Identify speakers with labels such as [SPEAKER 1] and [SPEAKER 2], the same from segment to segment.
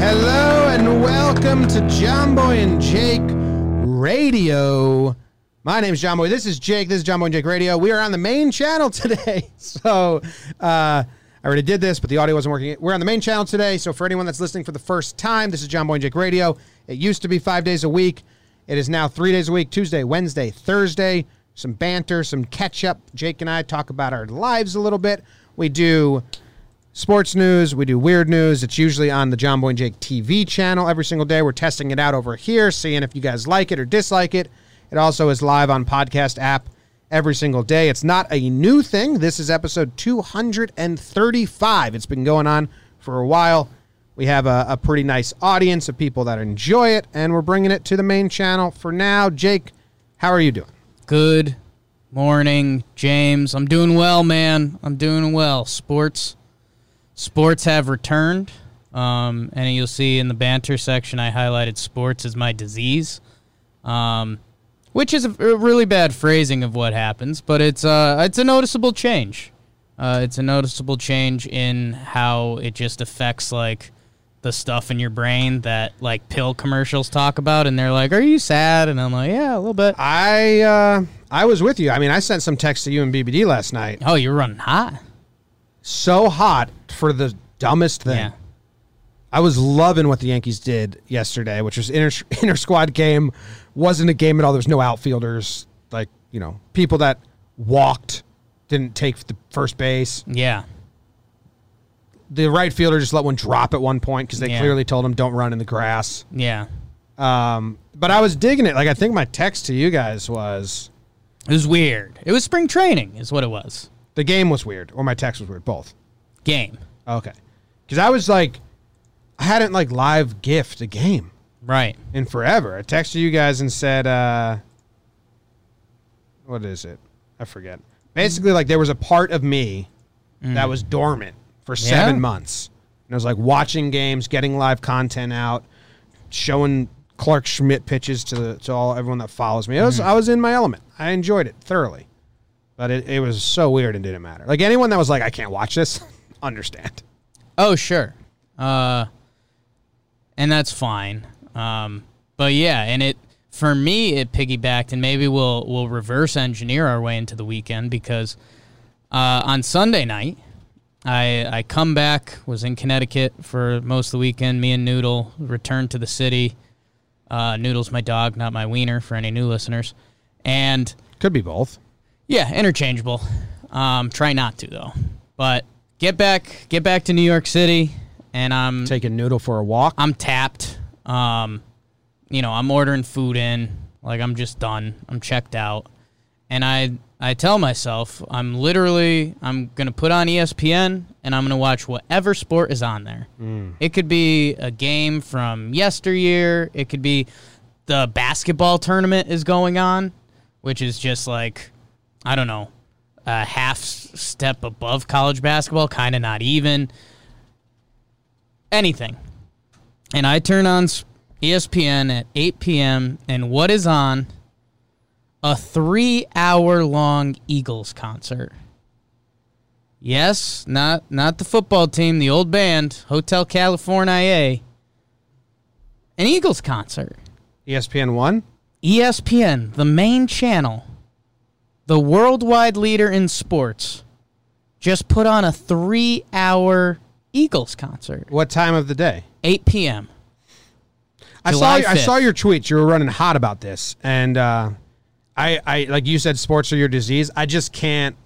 [SPEAKER 1] Hello and welcome to John Boy and Jake Radio. My name is John Boy. This is Jake. This is John Boy and Jake Radio. We are on the main channel today. So uh, I already did this, but the audio wasn't working. We're on the main channel today. So for anyone that's listening for the first time, this is John Boy and Jake Radio. It used to be five days a week. It is now three days a week: Tuesday, Wednesday, Thursday. Some banter, some catch up. Jake and I talk about our lives a little bit. We do sports news. We do weird news. It's usually on the John Boy and Jake TV channel every single day. We're testing it out over here, seeing if you guys like it or dislike it. It also is live on podcast app every single day. It's not a new thing. This is episode 235. It's been going on for a while. We have a, a pretty nice audience of people that enjoy it, and we're bringing it to the main channel for now. Jake, how are you doing?
[SPEAKER 2] Good morning, James. I'm doing well, man. I'm doing well. Sports, sports have returned, um, and you'll see in the banter section I highlighted sports as my disease, um, which is a a really bad phrasing of what happens, but it's uh, it's a noticeable change. Uh, it's a noticeable change in how it just affects like the stuff in your brain that like pill commercials talk about, and they're like, "Are you sad?" And I'm like, "Yeah, a little bit."
[SPEAKER 1] I uh, I was with you. I mean, I sent some texts to you and BBD last night.
[SPEAKER 2] Oh, you're running hot.
[SPEAKER 1] so hot for the dumbest thing.
[SPEAKER 2] Yeah.
[SPEAKER 1] I was loving what the Yankees did yesterday, which was inter inter squad game. wasn't a game at all. There was no outfielders, like you know, people that walked didn't take the first base.
[SPEAKER 2] Yeah.
[SPEAKER 1] The right fielder just let one drop at one point because they
[SPEAKER 2] Yeah.
[SPEAKER 1] clearly told him don't run in the grass.
[SPEAKER 2] Yeah.
[SPEAKER 1] Um, but I was digging it. Like I think my text to you guys was
[SPEAKER 2] It was weird. It was spring training, is what it was.
[SPEAKER 1] the game was weird, or my text was weird, both.
[SPEAKER 2] Game.
[SPEAKER 1] Okay, because I was like, I hadn't like live gift a game.
[SPEAKER 2] Right.
[SPEAKER 1] in forever. I texted you guys and said, uh, what is it? I forget. Basically, like there was a part of me that was dormant for seven
[SPEAKER 2] Yeah?
[SPEAKER 1] months. And I was like watching games, getting live content out, showing Clark Schmidt pitches to to all everyone that follows me. I was I was in my element. I enjoyed it thoroughly. But it, it was so weird and didn't matter. Like anyone that was like, I can't watch this, understand.
[SPEAKER 2] Oh, sure. Uh, and that's fine. Um, but yeah, and it for me it piggybacked, and maybe we'll we'll reverse engineer our way into the weekend because uh, on Sunday night I I come back was in Connecticut for most of the weekend. Me and Noodle returned to the city. Uh, Noodle's my dog, not my wiener, for any new listeners. And
[SPEAKER 1] Could be both.
[SPEAKER 2] Yeah, interchangeable. Um, try not to though. But get back, get back to New York City, and I'm
[SPEAKER 1] Taking Noodle for a walk.
[SPEAKER 2] I'm tapped. Um, you know, I'm ordering food in. Like I'm just done. I'm checked out, and I I tell myself I'm literally I'm gonna put on E ESPN and I'm gonna watch whatever sport is on there. It could be a game from yesteryear. It could be the basketball tournament is going on, which is just like I don't know. A half s- step above college basketball, kind of not even. Anything and I turn on s- ESPN at 8 p.m. and what is on? A three-hour-long Eagles concert. Yes, not not the football team, the old band, Hotel California. An Eagles concert. E
[SPEAKER 1] ESPN one.
[SPEAKER 2] ESPN, the main channel, the worldwide leader in sports, just put on a three hour Eagles concert,
[SPEAKER 1] What time of the day?
[SPEAKER 2] 8 p.m.
[SPEAKER 1] I saw
[SPEAKER 2] July
[SPEAKER 1] I saw
[SPEAKER 2] 5th.
[SPEAKER 1] your tweets. You were running hot about this, and uh, I I like you said, sports are your disease. I just can't.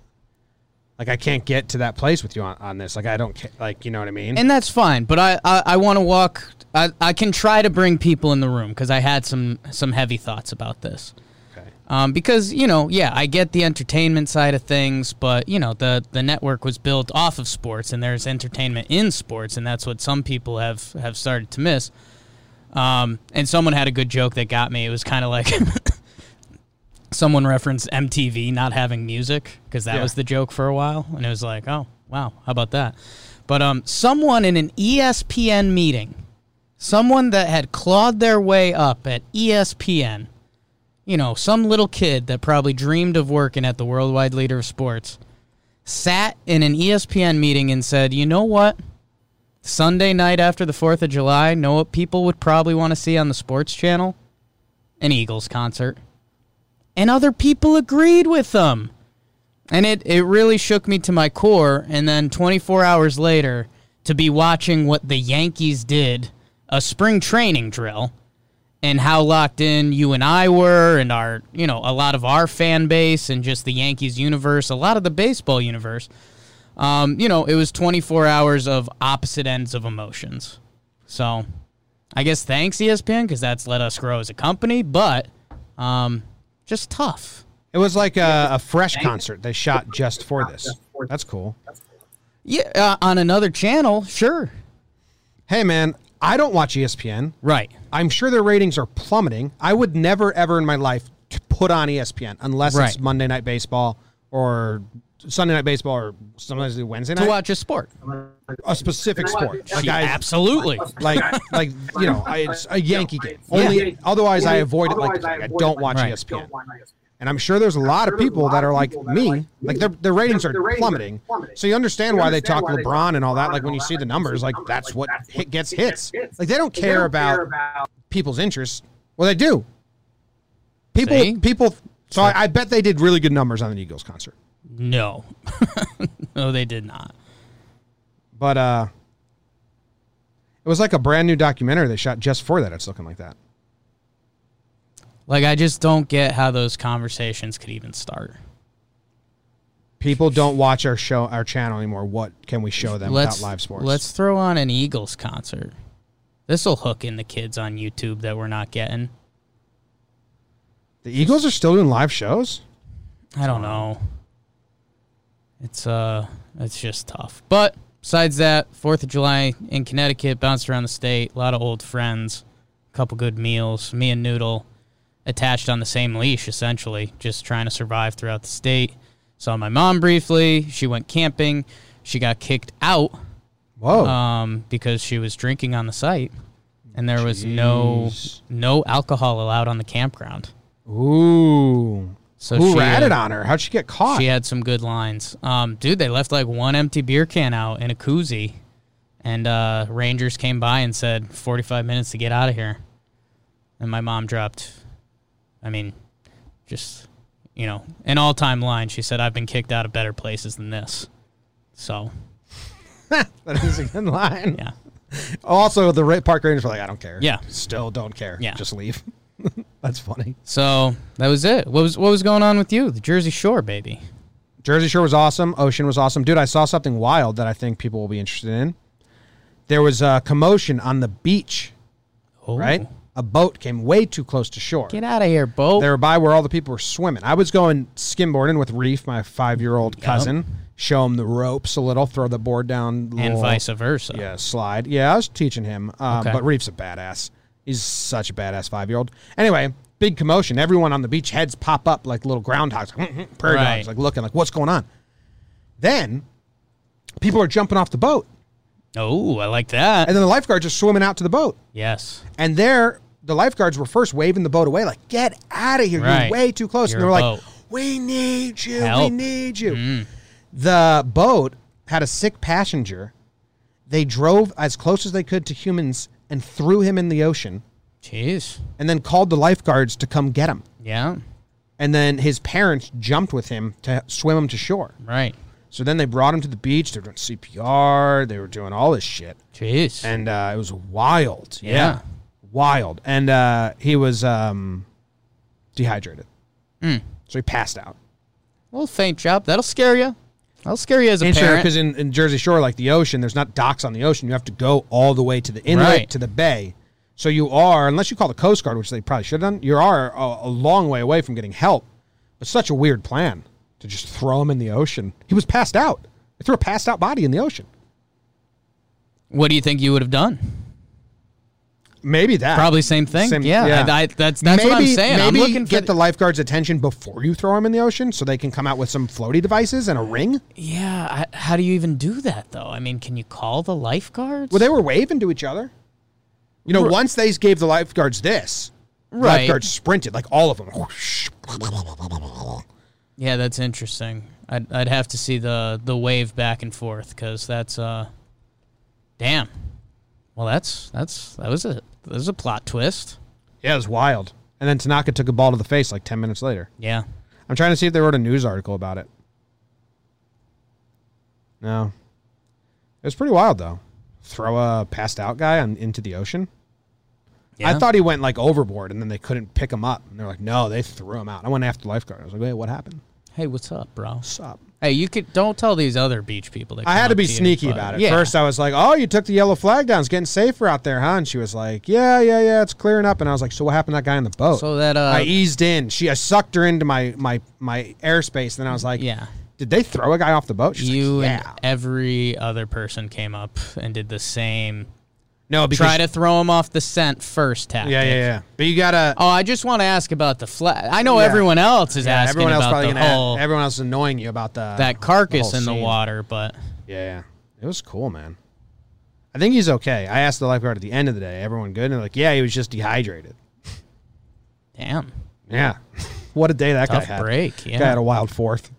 [SPEAKER 1] Like I can't get to that place with you on, on this. Like I don't ca- like you know what I mean.
[SPEAKER 2] And that's fine, but I, I, I want to walk. I, I can try to bring people in the room because I had some, some heavy thoughts about this.
[SPEAKER 1] Okay.
[SPEAKER 2] Um, because you know, yeah, I get the entertainment side of things, but you know, the the network was built off of sports, and there's entertainment in sports, and that's what some people have have started to miss. Um, and someone had a good joke that got me. It was kind of like someone referenced MTV not having music because that
[SPEAKER 1] Yeah.
[SPEAKER 2] was the joke for a while, and it was like, oh wow, how about that? But um, someone in an E ESPN meeting, someone that had clawed their way up at E ESPN you know, some little kid that probably dreamed of working at the worldwide leader of sports sat in an E ESPN meeting and said, you know what? Sunday night after the 4th of July, know what people would probably want to see on the sports channel? An Eagles concert. And other people agreed with them. And it, it really shook me to my core. And then 24 hours later, to be watching what the Yankees did, a spring training drill and how locked in you and I were, and our, you know, a lot of our fan base and just the Yankees universe, a lot of the baseball universe. Um, you know, it was 24 hours of opposite ends of emotions. So I guess thanks, E ESPN, because that's let us grow as a company, but um, just tough.
[SPEAKER 1] It was like a, a fresh concert they shot just for this. That's cool.
[SPEAKER 2] Yeah, uh, on another channel, sure.
[SPEAKER 1] Hey man, I don't watch E ESPN.
[SPEAKER 2] Right.
[SPEAKER 1] I'm sure their ratings are plummeting. I would never ever in my life t- put on E ESPN unless it's
[SPEAKER 2] Right.
[SPEAKER 1] Monday night baseball or Sunday night baseball or sometimes it's Wednesday
[SPEAKER 2] To
[SPEAKER 1] night.
[SPEAKER 2] watch a sport.
[SPEAKER 1] a specific sport. Like
[SPEAKER 2] Yeah,
[SPEAKER 1] I
[SPEAKER 2] absolutely.
[SPEAKER 1] like like you know, I, it's a Yankee game. Only otherwise I avoid it like, like I don't watch E
[SPEAKER 2] Right.
[SPEAKER 1] ESPN. And I'm sure there's a lot of people that are like me, like their, their ratings are plummeting. So you understand why they talk LeBron and all that. Like when you see the numbers, like that's what hit, gets hits. Like they don't care about people's interests. Well, they do. People,
[SPEAKER 2] See?
[SPEAKER 1] people. So I, I bet they did really good numbers on the Eagles concert.
[SPEAKER 2] No. no, they did not.
[SPEAKER 1] But uh, it was like a brand new documentary they shot just for that. It's looking like that.
[SPEAKER 2] Like, I just don't get how those conversations could even start.
[SPEAKER 1] People don't watch our show, our channel anymore. What can we show them
[SPEAKER 2] let's,
[SPEAKER 1] without live sports?
[SPEAKER 2] Let's throw on an Eagles concert. This will hook in the kids on YouTube that we're not getting.
[SPEAKER 1] the Eagles are still doing live shows.
[SPEAKER 2] I don't know. It's uh, it's just tough. But besides that, Fourth of July in Connecticut, bounced around the state, a lot of old friends, a couple good meals. Me and Noodle attached on the same leash, essentially, just trying to survive throughout the state. Saw my mom briefly. She went camping. She got kicked out
[SPEAKER 1] Whoa.
[SPEAKER 2] um, because she was drinking on the site, and there was no
[SPEAKER 1] Jeez.
[SPEAKER 2] no alcohol allowed on the campground.
[SPEAKER 1] Ooh.
[SPEAKER 2] So
[SPEAKER 1] Who
[SPEAKER 2] she,
[SPEAKER 1] ratted
[SPEAKER 2] uh,
[SPEAKER 1] on her? How'd she get caught?
[SPEAKER 2] She had some good lines. Um, dude, they left like one empty beer can out in a koozie, and uh, Rangers came by and said, 45 minutes to get out of here. And my mom dropped, I mean, just, you know, an all time line. She said, I've been kicked out of better places than this. So,
[SPEAKER 1] that is a good line.
[SPEAKER 2] yeah.
[SPEAKER 1] Also, the Ra- park rangers were like, I don't care.
[SPEAKER 2] Yeah.
[SPEAKER 1] Still don't care.
[SPEAKER 2] Yeah.
[SPEAKER 1] Just leave. That's funny.
[SPEAKER 2] So that was it. What was what was going on with you? The Jersey Shore, baby.
[SPEAKER 1] Jersey Shore was awesome. Ocean was awesome. Dude, I saw something wild that I think people will be interested in. There was a commotion on the beach,
[SPEAKER 2] Oh,
[SPEAKER 1] right? A boat came way too close to shore.
[SPEAKER 2] Get out of here, Bo.
[SPEAKER 1] They were by where all the people were swimming. I was going skimboarding with Reef, my five year old cousin. Show him the ropes a little, throw the board down.
[SPEAKER 2] and
[SPEAKER 1] little-
[SPEAKER 2] vice versa.
[SPEAKER 1] Yeah, slide. Yeah, I was teaching him. Um,
[SPEAKER 2] Okay.
[SPEAKER 1] But Reef's a badass. He's such a badass five year old. Anyway, big commotion. Everyone on the beach, heads pop up like little groundhogs, like, "Mhm," prairie
[SPEAKER 2] Right.
[SPEAKER 1] dogs, like looking like, what's going on? Then people are jumping off the boat,
[SPEAKER 2] Oh, I like that.
[SPEAKER 1] and then the lifeguards are swimming out to the boat.
[SPEAKER 2] Yes.
[SPEAKER 1] And there, the lifeguards were first waving the boat away, like, get out of here.
[SPEAKER 2] Right.
[SPEAKER 1] You're way too close.
[SPEAKER 2] You're
[SPEAKER 1] and they
[SPEAKER 2] a
[SPEAKER 1] were like,
[SPEAKER 2] boat.
[SPEAKER 1] we need you. We
[SPEAKER 2] Help. Mm.
[SPEAKER 1] need you. The boat had a sick passenger. They drove as close as they could to humans and threw him in the ocean
[SPEAKER 2] Jeez.
[SPEAKER 1] and then called the lifeguards to come get him.
[SPEAKER 2] Yeah.
[SPEAKER 1] and then his parents jumped with him to swim him to shore.
[SPEAKER 2] Right.
[SPEAKER 1] So then they brought him to the beach. They were doing CPR. They were doing all this shit,
[SPEAKER 2] Jeez.
[SPEAKER 1] and uh, it was wild. Yeah,
[SPEAKER 2] Yeah.
[SPEAKER 1] wild. And uh, he was um, dehydrated,
[SPEAKER 2] Mm.
[SPEAKER 1] so he passed out.
[SPEAKER 2] a little faint job. That'll scare you. That'll scare you as a
[SPEAKER 1] And sure,
[SPEAKER 2] parent.
[SPEAKER 1] because in, in Jersey Shore, like the ocean, there's not docks on the ocean. You have to go all the way to the inlet
[SPEAKER 2] Right.
[SPEAKER 1] to the bay. So you are, unless you call the Coast Guard, which they probably should have done, you are a, a long way away from getting help. But such a weird plan to just throw him in the ocean. He was passed out. They threw a passed out body in the ocean.
[SPEAKER 2] what do you think you would have done?
[SPEAKER 1] Maybe that.
[SPEAKER 2] Probably same thing.
[SPEAKER 1] Same-
[SPEAKER 2] yeah. I, I, that's that's what I'm
[SPEAKER 1] Maybe-
[SPEAKER 2] saying. I'm
[SPEAKER 1] Maybe
[SPEAKER 2] looking for
[SPEAKER 1] get the lifeguard's attention before you throw him in the ocean, so they can come out with some floaty devices and a ring.
[SPEAKER 2] Yeah, I, how do you even do that though? I mean, can you call the lifeguards?
[SPEAKER 1] Well, they were waving to each other. You know, once they gave the lifeguards this, the
[SPEAKER 2] Right.
[SPEAKER 1] lifeguards sprinted like all of them.
[SPEAKER 2] yeah, that's interesting. I'd, I'd have to see the the wave back and forth because that's uh, damn. Well, that's that's that was a that was a plot twist.
[SPEAKER 1] Yeah, it was wild. And then Tanaka took a ball to the face like ten minutes later.
[SPEAKER 2] Yeah,
[SPEAKER 1] I'm trying to see if they wrote a news article about it. No, it was pretty wild though. Throw a passed out guy on, into the ocean. I
[SPEAKER 2] Yeah.
[SPEAKER 1] thought he went like overboard, and then they couldn't pick him up. And they're like, "No, they threw him out." I went after the lifeguard. I was like, "Wait, what happened?
[SPEAKER 2] Hey, what's up, bro?
[SPEAKER 1] What's up?"
[SPEAKER 2] Hey, you could don't tell these other beach people. That
[SPEAKER 1] I
[SPEAKER 2] come
[SPEAKER 1] had to
[SPEAKER 2] up
[SPEAKER 1] be
[SPEAKER 2] you,
[SPEAKER 1] sneaky
[SPEAKER 2] but-
[SPEAKER 1] about it.
[SPEAKER 2] Yeah.
[SPEAKER 1] First, I was like, "Oh, you took the yellow flag down. It's getting safer out there, huh?" And she was like, "Yeah, yeah, yeah. It's clearing up." And I was like, "So what happened to that guy in the boat?"
[SPEAKER 2] So that, uh,
[SPEAKER 1] I eased in. She, I sucked her into my my my airspace. Then I was like,
[SPEAKER 2] Yeah.
[SPEAKER 1] Did they throw a guy off the boat?" She's like,
[SPEAKER 2] you
[SPEAKER 1] yeah.
[SPEAKER 2] and every other person came up and did the same.
[SPEAKER 1] no, because
[SPEAKER 2] Try to throw him off the scent first tactic.
[SPEAKER 1] yeah, yeah, yeah. But you gotta.
[SPEAKER 2] Oh, I just want to ask about the flag. I know
[SPEAKER 1] Yeah.
[SPEAKER 2] everyone else is
[SPEAKER 1] yeah,
[SPEAKER 2] asking
[SPEAKER 1] everyone else
[SPEAKER 2] about
[SPEAKER 1] probably
[SPEAKER 2] the
[SPEAKER 1] gonna.
[SPEAKER 2] whole
[SPEAKER 1] everyone else is annoying you about the
[SPEAKER 2] that carcass
[SPEAKER 1] whole
[SPEAKER 2] in the
[SPEAKER 1] scene.
[SPEAKER 2] water, but
[SPEAKER 1] Yeah, it was cool, man. I think he's okay. I asked the lifeguard at the end of the day, "Everyone good?" And they're like, "Yeah, he was just dehydrated."
[SPEAKER 2] damn,
[SPEAKER 1] Yeah. what a day that
[SPEAKER 2] tough
[SPEAKER 1] guy had.
[SPEAKER 2] break.
[SPEAKER 1] Guy
[SPEAKER 2] Yeah,
[SPEAKER 1] had a wild fourth.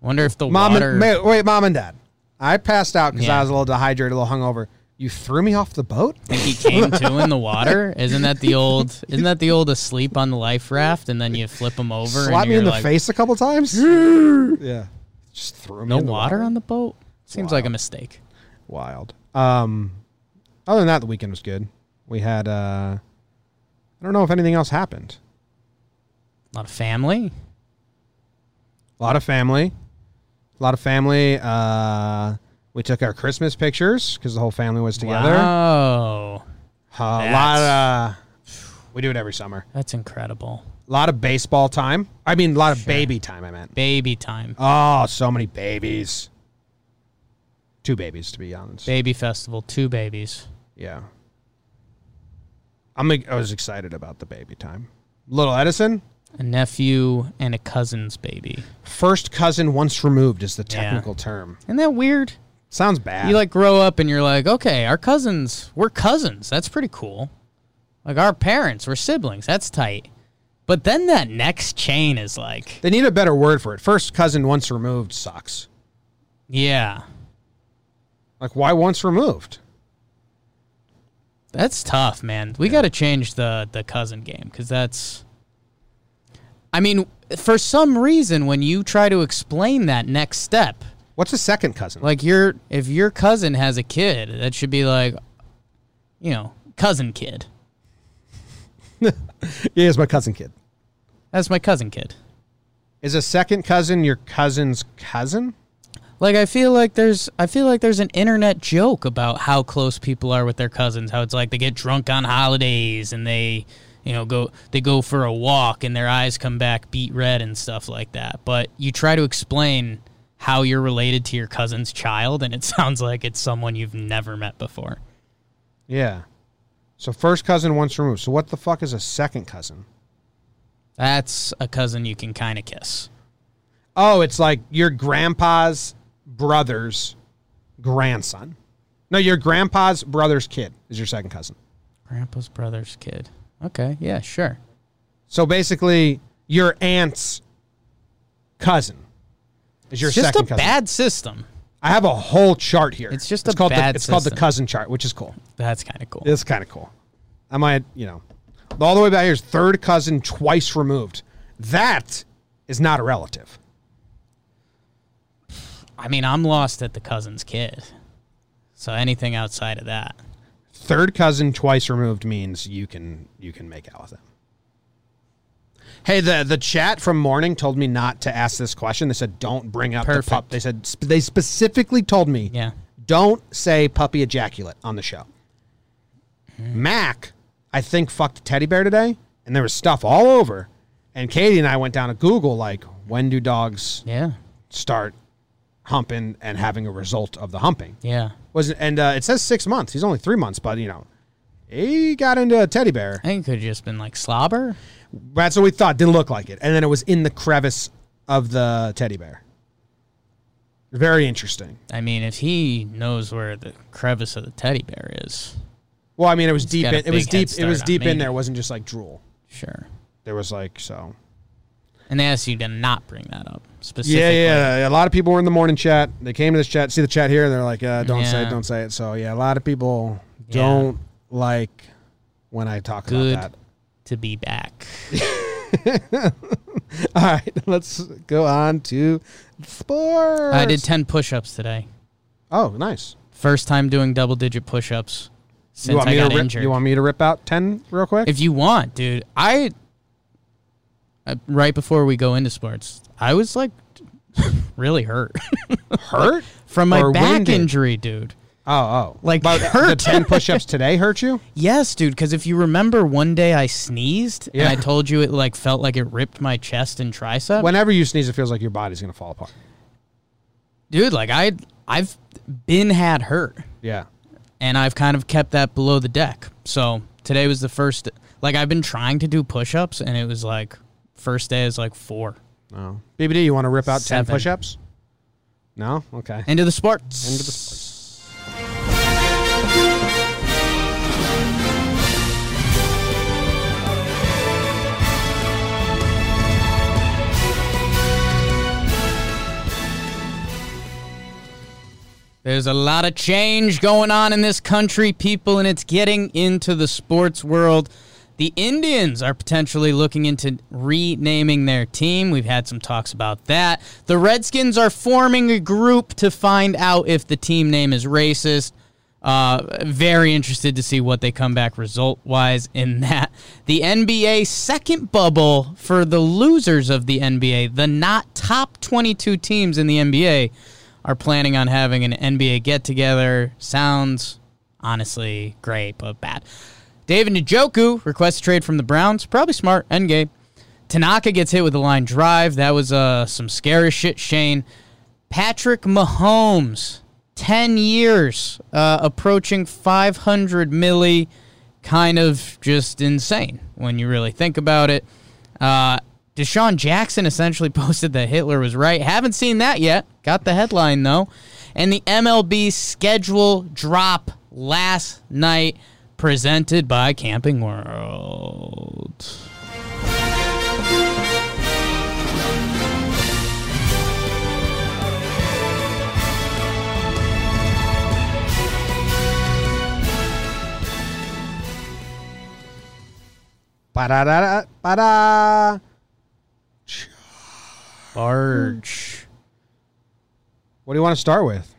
[SPEAKER 2] wonder if the
[SPEAKER 1] Mom
[SPEAKER 2] water.
[SPEAKER 1] and ma- wait, mom and dad. I passed out because I
[SPEAKER 2] Yeah.
[SPEAKER 1] was a little dehydrated, a little hungover. You threw me off the boat.
[SPEAKER 2] think he came to in the water. Isn't that the old? Isn't that the old asleep on the life raft and then you flip him over?
[SPEAKER 1] Slapped
[SPEAKER 2] and
[SPEAKER 1] me
[SPEAKER 2] you're
[SPEAKER 1] in the
[SPEAKER 2] like,
[SPEAKER 1] face a couple times. yeah, just threw me.
[SPEAKER 2] No
[SPEAKER 1] in the
[SPEAKER 2] water on the boat. Seems like a mistake.
[SPEAKER 1] Wild. Um, other than that, the weekend was good. We had. uh I don't know if anything else happened.
[SPEAKER 2] A lot of family.
[SPEAKER 1] A lot of family. A lot of family. Uh, we took our Christmas pictures because the whole family was together.
[SPEAKER 2] Wow,
[SPEAKER 1] Uh, a lot of. We do it every summer.
[SPEAKER 2] that's incredible.
[SPEAKER 1] A lot of baseball time. I mean, a lot of baby time. I meant.
[SPEAKER 2] Baby time.
[SPEAKER 1] Oh, so many babies. Two babies, to be honest.
[SPEAKER 2] Baby festival. Two babies.
[SPEAKER 1] yeah. I'm. I was excited about the baby time. Little Edison,
[SPEAKER 2] A nephew and a cousin's baby.
[SPEAKER 1] first cousin once removed is the
[SPEAKER 2] Yeah.
[SPEAKER 1] technical term.
[SPEAKER 2] Isn't that weird?
[SPEAKER 1] Sounds bad.
[SPEAKER 2] You like grow up and you're like, okay, our cousins, we're cousins. That's pretty cool. Like our parents, we're siblings. That's tight. But then that next chain is like,
[SPEAKER 1] they need a better word for it. First cousin once removed sucks.
[SPEAKER 2] yeah,
[SPEAKER 1] Like why once removed?
[SPEAKER 2] that's tough, man. We got to change the the cousin game because that's. I mean, for some reason, when you try to explain that next step,
[SPEAKER 1] What's a second cousin?
[SPEAKER 2] like your if your cousin has a kid, that should be like, you know, cousin kid.
[SPEAKER 1] yeah, it's my cousin kid.
[SPEAKER 2] That's my cousin kid.
[SPEAKER 1] Is a second cousin your cousin's cousin?
[SPEAKER 2] Like I feel like there's I feel like there's an internet joke about how close people are with their cousins, how it's like they get drunk on holidays and they you know go they go for a walk and their eyes come back beat red and stuff like that. But you try to explain how you're related to your cousin's child and it sounds like it's someone you've never met before.
[SPEAKER 1] Yeah. So first cousin once removed. So what the fuck is a second cousin?
[SPEAKER 2] That's a cousin you can kind of kiss.
[SPEAKER 1] Oh, it's like your grandpa's brother's grandson. No, your grandpa's brother's kid is your second cousin.
[SPEAKER 2] Grandpa's brother's kid. Okay, yeah, sure.
[SPEAKER 1] So basically, your aunt's cousin is your
[SPEAKER 2] It's just a
[SPEAKER 1] second cousin.
[SPEAKER 2] bad system.
[SPEAKER 1] I have a whole chart here.
[SPEAKER 2] It's just a
[SPEAKER 1] called
[SPEAKER 2] bad
[SPEAKER 1] the, It's called the
[SPEAKER 2] system.
[SPEAKER 1] cousin chart, which is cool.
[SPEAKER 2] That's kind of cool.
[SPEAKER 1] It's kind of cool. I might, you know, all the way back here is third cousin twice removed. That is not a relative.
[SPEAKER 2] I mean, I'm lost at the cousin's kid. So anything outside of that.
[SPEAKER 1] Third cousin twice removed means you can you can make out with them. Hey, the the chat from morning told me not to ask this question. They said don't bring up
[SPEAKER 2] Perfect.
[SPEAKER 1] the pup. They said sp- they specifically told me
[SPEAKER 2] Yeah.
[SPEAKER 1] don't say puppy ejaculate on the show. Mac, I think fucked a teddy bear today, and there was stuff all over. And Katie and I went down to Google like when do dogs
[SPEAKER 2] Yeah.
[SPEAKER 1] start humping and having a result of the humping.
[SPEAKER 2] Yeah.
[SPEAKER 1] Was and uh, it says six months. He's only three months, but you know, he got into a teddy bear.
[SPEAKER 2] I think it could have just been like slobber.
[SPEAKER 1] That's what we thought. Didn't look like it, and then it was in the crevice of the teddy bear. Very interesting.
[SPEAKER 2] I mean, if he knows where the crevice of the teddy bear is,
[SPEAKER 1] Well, I mean, it was deep.
[SPEAKER 2] got a
[SPEAKER 1] In, it was
[SPEAKER 2] big head
[SPEAKER 1] deep. It was
[SPEAKER 2] start on
[SPEAKER 1] deep in
[SPEAKER 2] me.
[SPEAKER 1] there. It wasn't just like drool.
[SPEAKER 2] sure.
[SPEAKER 1] There was like so.
[SPEAKER 2] And they asked you to not bring that up specifically.
[SPEAKER 1] Yeah, yeah. A lot of people were in the morning chat. They came to this chat, see the chat here, and they're like, uh, "Don't say it,
[SPEAKER 2] Yeah.
[SPEAKER 1] don't say it." So yeah, a lot of people
[SPEAKER 2] Yeah.
[SPEAKER 1] don't like when I talk
[SPEAKER 2] Good
[SPEAKER 1] about that.
[SPEAKER 2] to be back.
[SPEAKER 1] All right, let's go on to sports.
[SPEAKER 2] I did 10 push ups today.
[SPEAKER 1] Oh, nice.
[SPEAKER 2] First time doing double digit push ups
[SPEAKER 1] you
[SPEAKER 2] since
[SPEAKER 1] want
[SPEAKER 2] I
[SPEAKER 1] me
[SPEAKER 2] got
[SPEAKER 1] to rip,
[SPEAKER 2] injured.
[SPEAKER 1] You want me to rip out ten real quick?
[SPEAKER 2] if you want, dude, I. Uh, right before we go into sports, I was like really hurt
[SPEAKER 1] hurt
[SPEAKER 2] from my
[SPEAKER 1] Or
[SPEAKER 2] back
[SPEAKER 1] winded?
[SPEAKER 2] injury, dude.
[SPEAKER 1] Oh, oh,
[SPEAKER 2] Like,
[SPEAKER 1] But The
[SPEAKER 2] hurt.
[SPEAKER 1] ten push-ups today hurt you?
[SPEAKER 2] Yes, dude. Because if you remember, one day I sneezed
[SPEAKER 1] Yeah.
[SPEAKER 2] and I told you it like felt like it ripped my chest and tricep.
[SPEAKER 1] Whenever you sneeze, it feels like your body's gonna fall apart.
[SPEAKER 2] dude, like I, I've been had hurt,
[SPEAKER 1] Yeah.
[SPEAKER 2] and I've kind of kept that below the deck. So today was the first. Like I've been trying to do push-ups, and it was like first day is like four.
[SPEAKER 1] No. BBD, you want to rip out
[SPEAKER 2] Seven.
[SPEAKER 1] ten push-ups? No. Okay.
[SPEAKER 2] Into the sports.
[SPEAKER 1] Into the
[SPEAKER 2] sports. There's a lot of change going on in this country, people, and it's getting into the sports world. The Indians are potentially looking into renaming their team. We've had some talks about that. The Redskins are forming a group to find out if the team name is racist. Uh, very interested to see what they come back result wise in that. The NBA second bubble for the losers of the NBA, the not top 22 teams in the NBA, are planning on having an NBA get together. Sounds honestly great, but bad. David Njoku requests a trade from the Browns. Probably smart. End game. Tanaka gets hit with a line drive. That was uh, some scary shit, Shane. Patrick Mahomes, 10 years, uh, approaching 500 milli. Kind of just insane when you really think about it. Uh, Deshaun Jackson essentially posted that Hitler was right. Haven't seen that yet. Got the headline, though. And the MLB schedule drop last night, presented by Camping World.
[SPEAKER 1] Ba-da-da-da, ba-da.
[SPEAKER 2] Barge.
[SPEAKER 1] What do you want to start with?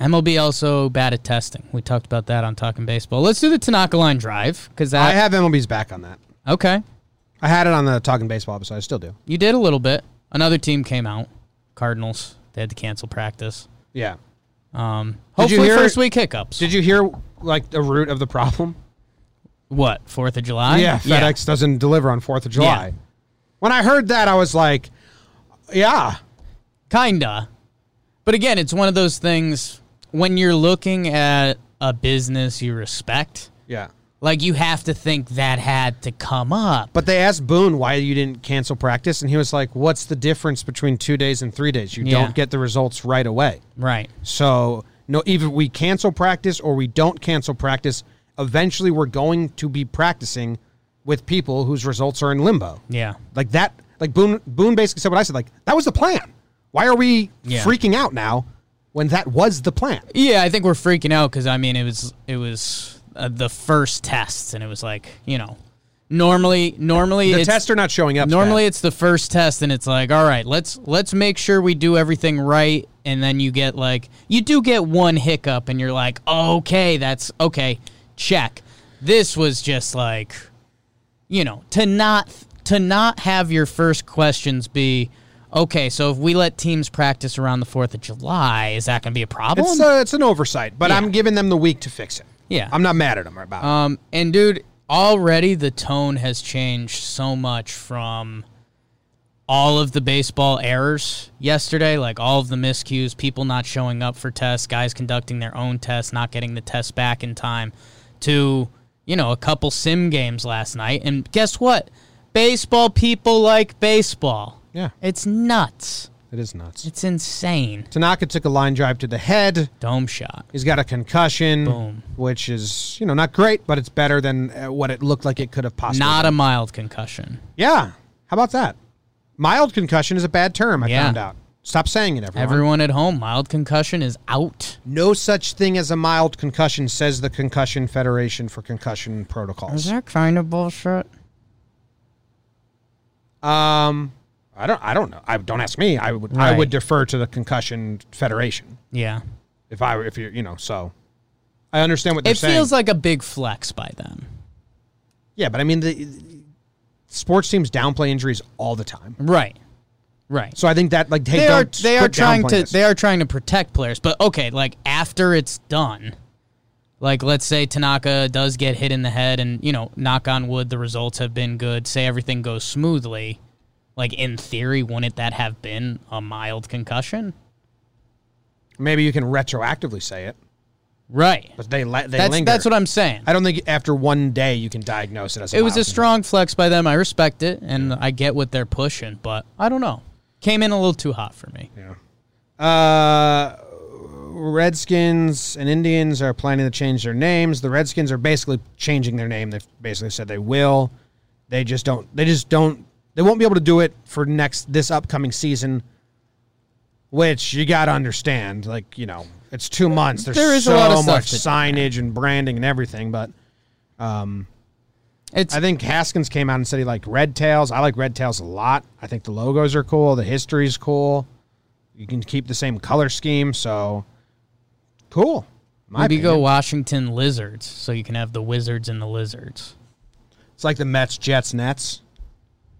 [SPEAKER 2] MLB also bad at testing. We talked about that on Talking Baseball. Let's do the Tanaka line drive because
[SPEAKER 1] I have
[SPEAKER 2] that.
[SPEAKER 1] MLB's back on that.
[SPEAKER 2] okay,
[SPEAKER 1] I had it on the Talking Baseball episode. I still do.
[SPEAKER 2] you did a little bit. Another team came out, Cardinals. They had to cancel practice.
[SPEAKER 1] Yeah.
[SPEAKER 2] Um,
[SPEAKER 1] Did you
[SPEAKER 2] hopefully,
[SPEAKER 1] hear-
[SPEAKER 2] first week hiccups.
[SPEAKER 1] Did you hear like the root of the problem?
[SPEAKER 2] what Fourth of July?
[SPEAKER 1] yeah, FedEx doesn't deliver on Fourth of July.
[SPEAKER 2] Yeah.
[SPEAKER 1] When I heard that, I was like, "Yeah,
[SPEAKER 2] Kinda. But again, it's one of those things when you're looking at a business you respect,
[SPEAKER 1] yeah."
[SPEAKER 2] like you have to think that had to come up.
[SPEAKER 1] But they asked Boone why you didn't cancel practice, and he was like, "What's the difference between two days and three days? You
[SPEAKER 2] Yeah.
[SPEAKER 1] don't get the results right away.
[SPEAKER 2] Right.
[SPEAKER 1] So no, either we cancel practice or we don't cancel practice. Eventually, we're going to be practicing with people whose results are in limbo.
[SPEAKER 2] Yeah.
[SPEAKER 1] Like that, like Boone, Boone basically said what I said. Like that was the plan. Why are we
[SPEAKER 2] Yeah.
[SPEAKER 1] freaking out now when that was the plan?
[SPEAKER 2] Yeah, I think we're freaking out because I mean it was it was uh, the first tests and it was like you know Normally, normally
[SPEAKER 1] The
[SPEAKER 2] it's,
[SPEAKER 1] tests are not showing up.
[SPEAKER 2] Normally,
[SPEAKER 1] Stan.
[SPEAKER 2] it's the first test, and it's like, all right, let's let's make sure we do everything right, and then you get like you do get one hiccup, and you're like, okay, that's okay, check. This was just like, you know, to not to not have your first questions be. Okay, so if we let teams practice around the 4th of July, is that going to be a problem?
[SPEAKER 1] it's uh, it's an oversight, but
[SPEAKER 2] Yeah.
[SPEAKER 1] I'm giving them the week to fix it.
[SPEAKER 2] Yeah.
[SPEAKER 1] I'm not mad at them about it.
[SPEAKER 2] Um, and dude, already the tone has changed so much from all of the baseball errors yesterday, like all of the miscues, people not showing up for tests, guys conducting their own tests, not getting the tests back in time, to you know a couple sim games last night. And guess what? Baseball people like baseball.
[SPEAKER 1] Yeah.
[SPEAKER 2] it's nuts.
[SPEAKER 1] It is nuts.
[SPEAKER 2] It's insane.
[SPEAKER 1] Tanaka took a line drive to the head.
[SPEAKER 2] Dome shot.
[SPEAKER 1] He's got a concussion,
[SPEAKER 2] Boom.
[SPEAKER 1] which is you know not great, but it's better than uh, what it looked like it could have possibly.
[SPEAKER 2] Not a mild concussion.
[SPEAKER 1] Yeah. How about that? Mild concussion is a bad term. I
[SPEAKER 2] Yeah.
[SPEAKER 1] found out. Stop saying it, everyone.
[SPEAKER 2] Everyone at home, mild concussion is out.
[SPEAKER 1] No such thing as a mild concussion, says the Concussion Federation for Concussion Protocols.
[SPEAKER 2] that kind of bullshit?
[SPEAKER 1] Um, I don't. I don't know. I don't ask me. I would. I would
[SPEAKER 2] Right.
[SPEAKER 1] defer to the Concussion Federation
[SPEAKER 2] Yeah.
[SPEAKER 1] if I. were- If you. You know. So, I understand what they're
[SPEAKER 2] It
[SPEAKER 1] saying.
[SPEAKER 2] feels like a big flex by them.
[SPEAKER 1] yeah, but I mean, the sports teams downplay injuries all the time.
[SPEAKER 2] Right. Right.
[SPEAKER 1] So I think that like hey,
[SPEAKER 2] they are
[SPEAKER 1] don't
[SPEAKER 2] they are
[SPEAKER 1] quit
[SPEAKER 2] trying
[SPEAKER 1] downplaying
[SPEAKER 2] to
[SPEAKER 1] this.
[SPEAKER 2] they are trying to protect players, but okay, like after it's done. Like let's say Tanaka does get hit in the head and, you know, knock on wood the results have been good, say everything goes smoothly. Like in theory, wouldn't that have been a mild concussion?
[SPEAKER 1] Maybe you can retroactively say it,
[SPEAKER 2] Right.
[SPEAKER 1] but they let they
[SPEAKER 2] That's
[SPEAKER 1] linger.
[SPEAKER 2] that's what I'm saying.
[SPEAKER 1] I don't think after one day you can diagnose it as.
[SPEAKER 2] it was a
[SPEAKER 1] mild
[SPEAKER 2] strong flex by them. I respect it, and I get what they're pushing, but I don't know. Came in a little too hot for me.
[SPEAKER 1] Uh, Redskins and Indians are planning to change their names. The Redskins are basically changing their name. They've basically said they will. They just don't. They just don't. They won't be able to do it for next this upcoming season. Which you got to understand, like you know, it's two months. There's
[SPEAKER 2] There is a
[SPEAKER 1] so
[SPEAKER 2] lot of stuff
[SPEAKER 1] much
[SPEAKER 2] to do,
[SPEAKER 1] signage and branding and everything. But
[SPEAKER 2] It's
[SPEAKER 1] I think Haskins came out and said he liked red tails. I like red tails a lot. I think the logos are cool. The history's cool. You can keep the same color scheme, so cool. My
[SPEAKER 2] maybe go
[SPEAKER 1] opinion.
[SPEAKER 2] Washington Lizards, so you can have the Wizards and the Lizards.
[SPEAKER 1] It's like the Mets, Jets, Nets,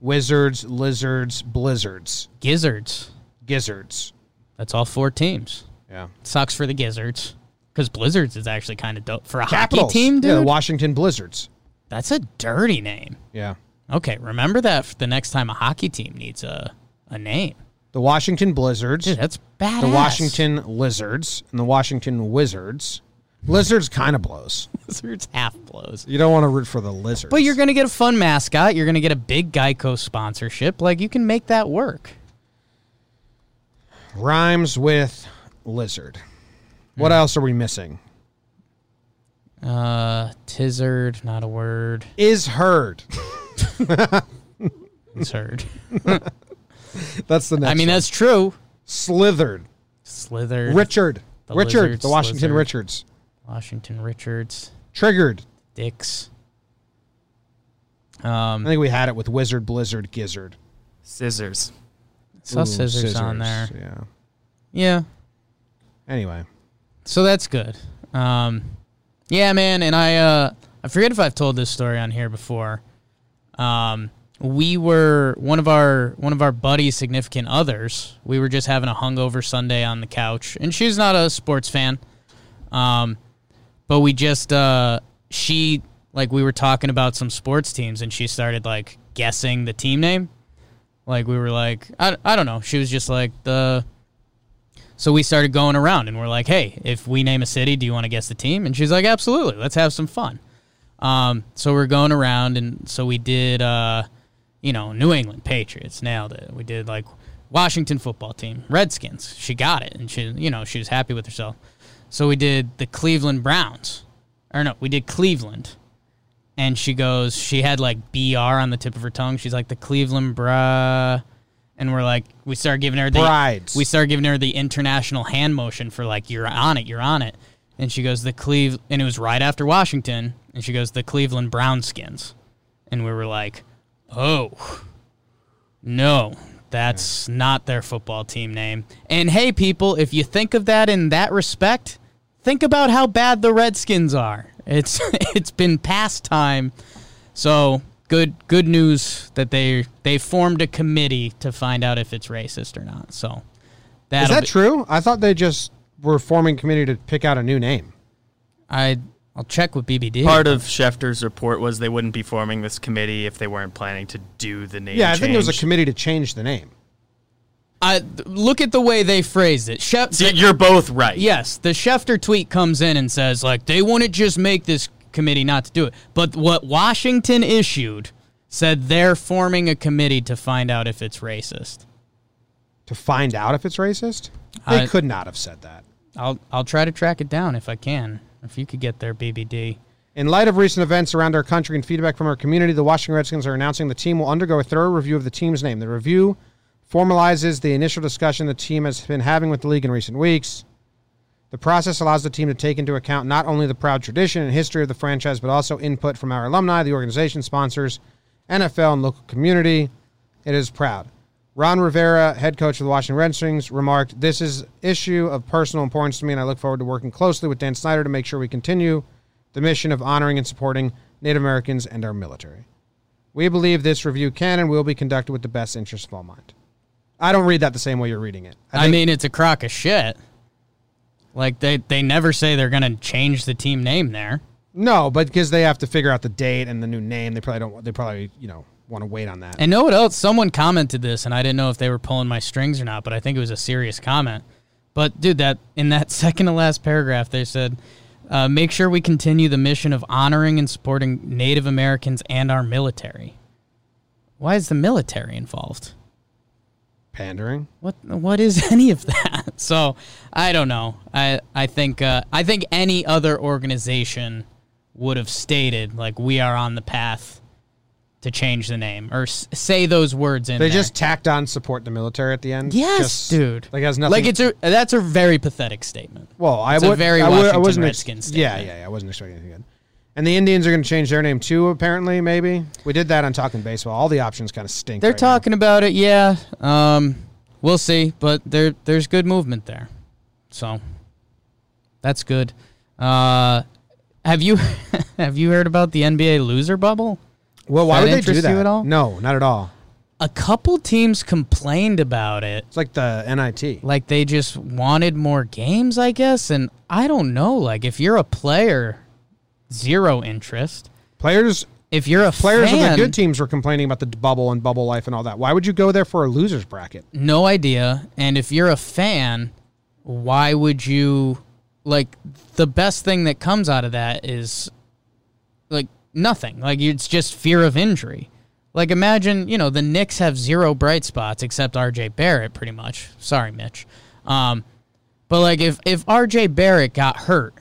[SPEAKER 1] Wizards, Lizards, Blizzards,
[SPEAKER 2] Gizzards.
[SPEAKER 1] Gizzards.
[SPEAKER 2] That's all four teams.
[SPEAKER 1] Yeah.
[SPEAKER 2] Sucks for the Gizzards because Blizzards is actually kind of dope for a
[SPEAKER 1] Capitals
[SPEAKER 2] hockey team, dude.
[SPEAKER 1] Yeah, the Washington Blizzards.
[SPEAKER 2] That's a dirty name.
[SPEAKER 1] Yeah.
[SPEAKER 2] Okay, remember that for the next time a hockey team needs a a name.
[SPEAKER 1] The Washington Blizzards.
[SPEAKER 2] Dude, that's badass.
[SPEAKER 1] the Washington Lizards and the Washington Wizards. Lizards kind of blows.
[SPEAKER 2] Lizards half blows.
[SPEAKER 1] You don't want to root for the lizards.
[SPEAKER 2] But you're going to get a fun mascot. You're going to get a big Geico sponsorship. Like, you can make that work.
[SPEAKER 1] rhymes with lizard. What else are we missing?
[SPEAKER 2] Uh, tizzard, not a word.
[SPEAKER 1] Is heard.
[SPEAKER 2] It's heard.
[SPEAKER 1] That's the next.
[SPEAKER 2] I
[SPEAKER 1] one.
[SPEAKER 2] mean, that's true.
[SPEAKER 1] slithered.
[SPEAKER 2] Slithered.
[SPEAKER 1] Richard.
[SPEAKER 2] The
[SPEAKER 1] Richard.
[SPEAKER 2] lizards,
[SPEAKER 1] the Washington
[SPEAKER 2] lizard.
[SPEAKER 1] Richards.
[SPEAKER 2] Washington Richards.
[SPEAKER 1] Triggered.
[SPEAKER 2] Dix.
[SPEAKER 1] I
[SPEAKER 2] Um,
[SPEAKER 1] think we had it with wizard, blizzard, gizzard.
[SPEAKER 3] Scissors.
[SPEAKER 2] saw
[SPEAKER 1] Ooh,
[SPEAKER 2] scissors, on there.
[SPEAKER 1] Yeah.
[SPEAKER 2] Yeah.
[SPEAKER 1] Anyway,
[SPEAKER 2] So that's good. Um, yeah, man. And I, uh, I forget if I've told this story on here before. Um, we were one of our one of our buddies' significant others. We were just having a hungover Sunday on the couch, and she's not a sports fan. Um, but we just uh, she like we were talking about some sports teams, and she started like guessing the team name. Like we were like I, I don't know. She was just like the so we started going around and we're like, hey, if we name a city, do you want to guess the team? And she's like, absolutely, let's have some fun. Um, so we're going around and so we did, uh, you know, New England Patriots, nailed it. We did like Washington football team, Redskins. She got it and she, you know, she was happy with herself. So we did the Cleveland Browns, or no, we did Cleveland. And she goes, she had like BR on the tip of her tongue. She's like, the Cleveland Bra. And we're like, we start giving her the
[SPEAKER 1] Brides.
[SPEAKER 2] we started giving her the international hand motion for like you're on it, you're on it. And she goes the Cleve and it was right after Washington and she goes the Cleveland Brownskins. and we were like, "Oh, no, that's not their football team name." And hey, people, if you think of that in that respect, think about how bad the Redskins are. It's it's been past time, so good good news that they they formed a committee to find out if it's racist or not. So
[SPEAKER 1] Is
[SPEAKER 2] that'll
[SPEAKER 1] that
[SPEAKER 2] be-
[SPEAKER 1] true? I thought they just were forming committee to pick out a new name.
[SPEAKER 2] I I'll check with BBD.
[SPEAKER 3] Part of Schefter's report was they wouldn't be forming this committee if they weren't planning to do the name.
[SPEAKER 1] Yeah, I think it was a
[SPEAKER 3] change.
[SPEAKER 1] committee to change the name.
[SPEAKER 2] I look at the way they phrased it. Shef-
[SPEAKER 3] So you're both right.
[SPEAKER 2] yes, the Schefter tweet comes in and says like they wouldn't just make this committee not to do it, but what Washington issued said they're forming a committee to find out if it's racist.
[SPEAKER 1] to find out if it's racist? They
[SPEAKER 2] I-
[SPEAKER 1] could not have said that.
[SPEAKER 2] I'll I'll try to track it down if I can. If you could get there, BBD.
[SPEAKER 1] In light of recent events around our country and feedback from our community, the Washington Redskins are announcing the team will undergo a thorough review of the team's name. The review formalizes the initial discussion the team has been having with the league in recent weeks. The process allows the team to take into account not only the proud tradition and history of the franchise, but also input from our alumni, the organization, sponsors, NFL, and local community. It is proud. Ron Rivera, head coach of the Washington Redskins, remarked, "This is issue of personal importance to me, and I look forward to working closely with Dan Snyder to make sure we continue the mission of honoring and supporting Native Americans and our military. We believe this review can and will be conducted with the best interests of all mind." I don't read that the same way you're reading it.
[SPEAKER 2] I, mean, it's a crock of shit. Like they they never say they're gonna change the team name there.
[SPEAKER 1] No, but because they have to figure out the date and the new name, they probably don't. They probably you know want to wait on that.
[SPEAKER 2] And know what else? Someone commented this, and I didn't know if they were pulling my strings or not, but I think it was a serious comment. But dude, that in that second to last paragraph, they said, uh, "Make sure we continue the mission of honoring and supporting Native Americans and our military." Why is the military involved?
[SPEAKER 1] Pandering.
[SPEAKER 2] What what is any of that? So I don't know. I I think uh, I think any other organization would have stated like we are on the path to change the name or s- say those words in.
[SPEAKER 1] They
[SPEAKER 2] there.
[SPEAKER 1] just tacked on support the military at the end.
[SPEAKER 2] Yes,
[SPEAKER 1] Just-
[SPEAKER 2] dude.
[SPEAKER 1] Like it has nothing.
[SPEAKER 2] Like it's a that's a very pathetic statement.
[SPEAKER 1] well, I
[SPEAKER 2] it's a
[SPEAKER 1] would-
[SPEAKER 2] very
[SPEAKER 1] I, would, I
[SPEAKER 2] Washington
[SPEAKER 1] wasn't ex-
[SPEAKER 2] Redskins
[SPEAKER 1] Yeah,
[SPEAKER 2] statement.
[SPEAKER 1] yeah, yeah. I wasn't expecting anything good. And the Indians are going to change their name too. Apparently, maybe we did that on talking baseball. All the options kind of stink.
[SPEAKER 2] They're
[SPEAKER 1] right now.
[SPEAKER 2] talking about it, yeah. Um, we'll see, but there there's good movement there, so that's good. Uh, have you have you heard about the NBA loser bubble?
[SPEAKER 1] Well, why
[SPEAKER 2] That
[SPEAKER 1] would they do
[SPEAKER 2] interest
[SPEAKER 1] that
[SPEAKER 2] you at all?
[SPEAKER 1] No, not at all.
[SPEAKER 2] A couple teams complained about it,
[SPEAKER 1] It's like the NIT.
[SPEAKER 2] like they just wanted more games, I guess. And I don't know, like if you're a player, zero interest.
[SPEAKER 1] Players,
[SPEAKER 2] If you're a
[SPEAKER 1] players of
[SPEAKER 2] fan,
[SPEAKER 1] the good teams were complaining about the bubble and bubble life and all that. Why would you go there for a losers bracket?
[SPEAKER 2] no idea. And if you're a fan, why would you like the best thing that comes out of that is like nothing. Like it's just fear of injury. Like imagine, you know, the Knicks have zero bright spots except RJ Barrett pretty much. Sorry, Mitch. Um but like if if RJ Barrett got hurt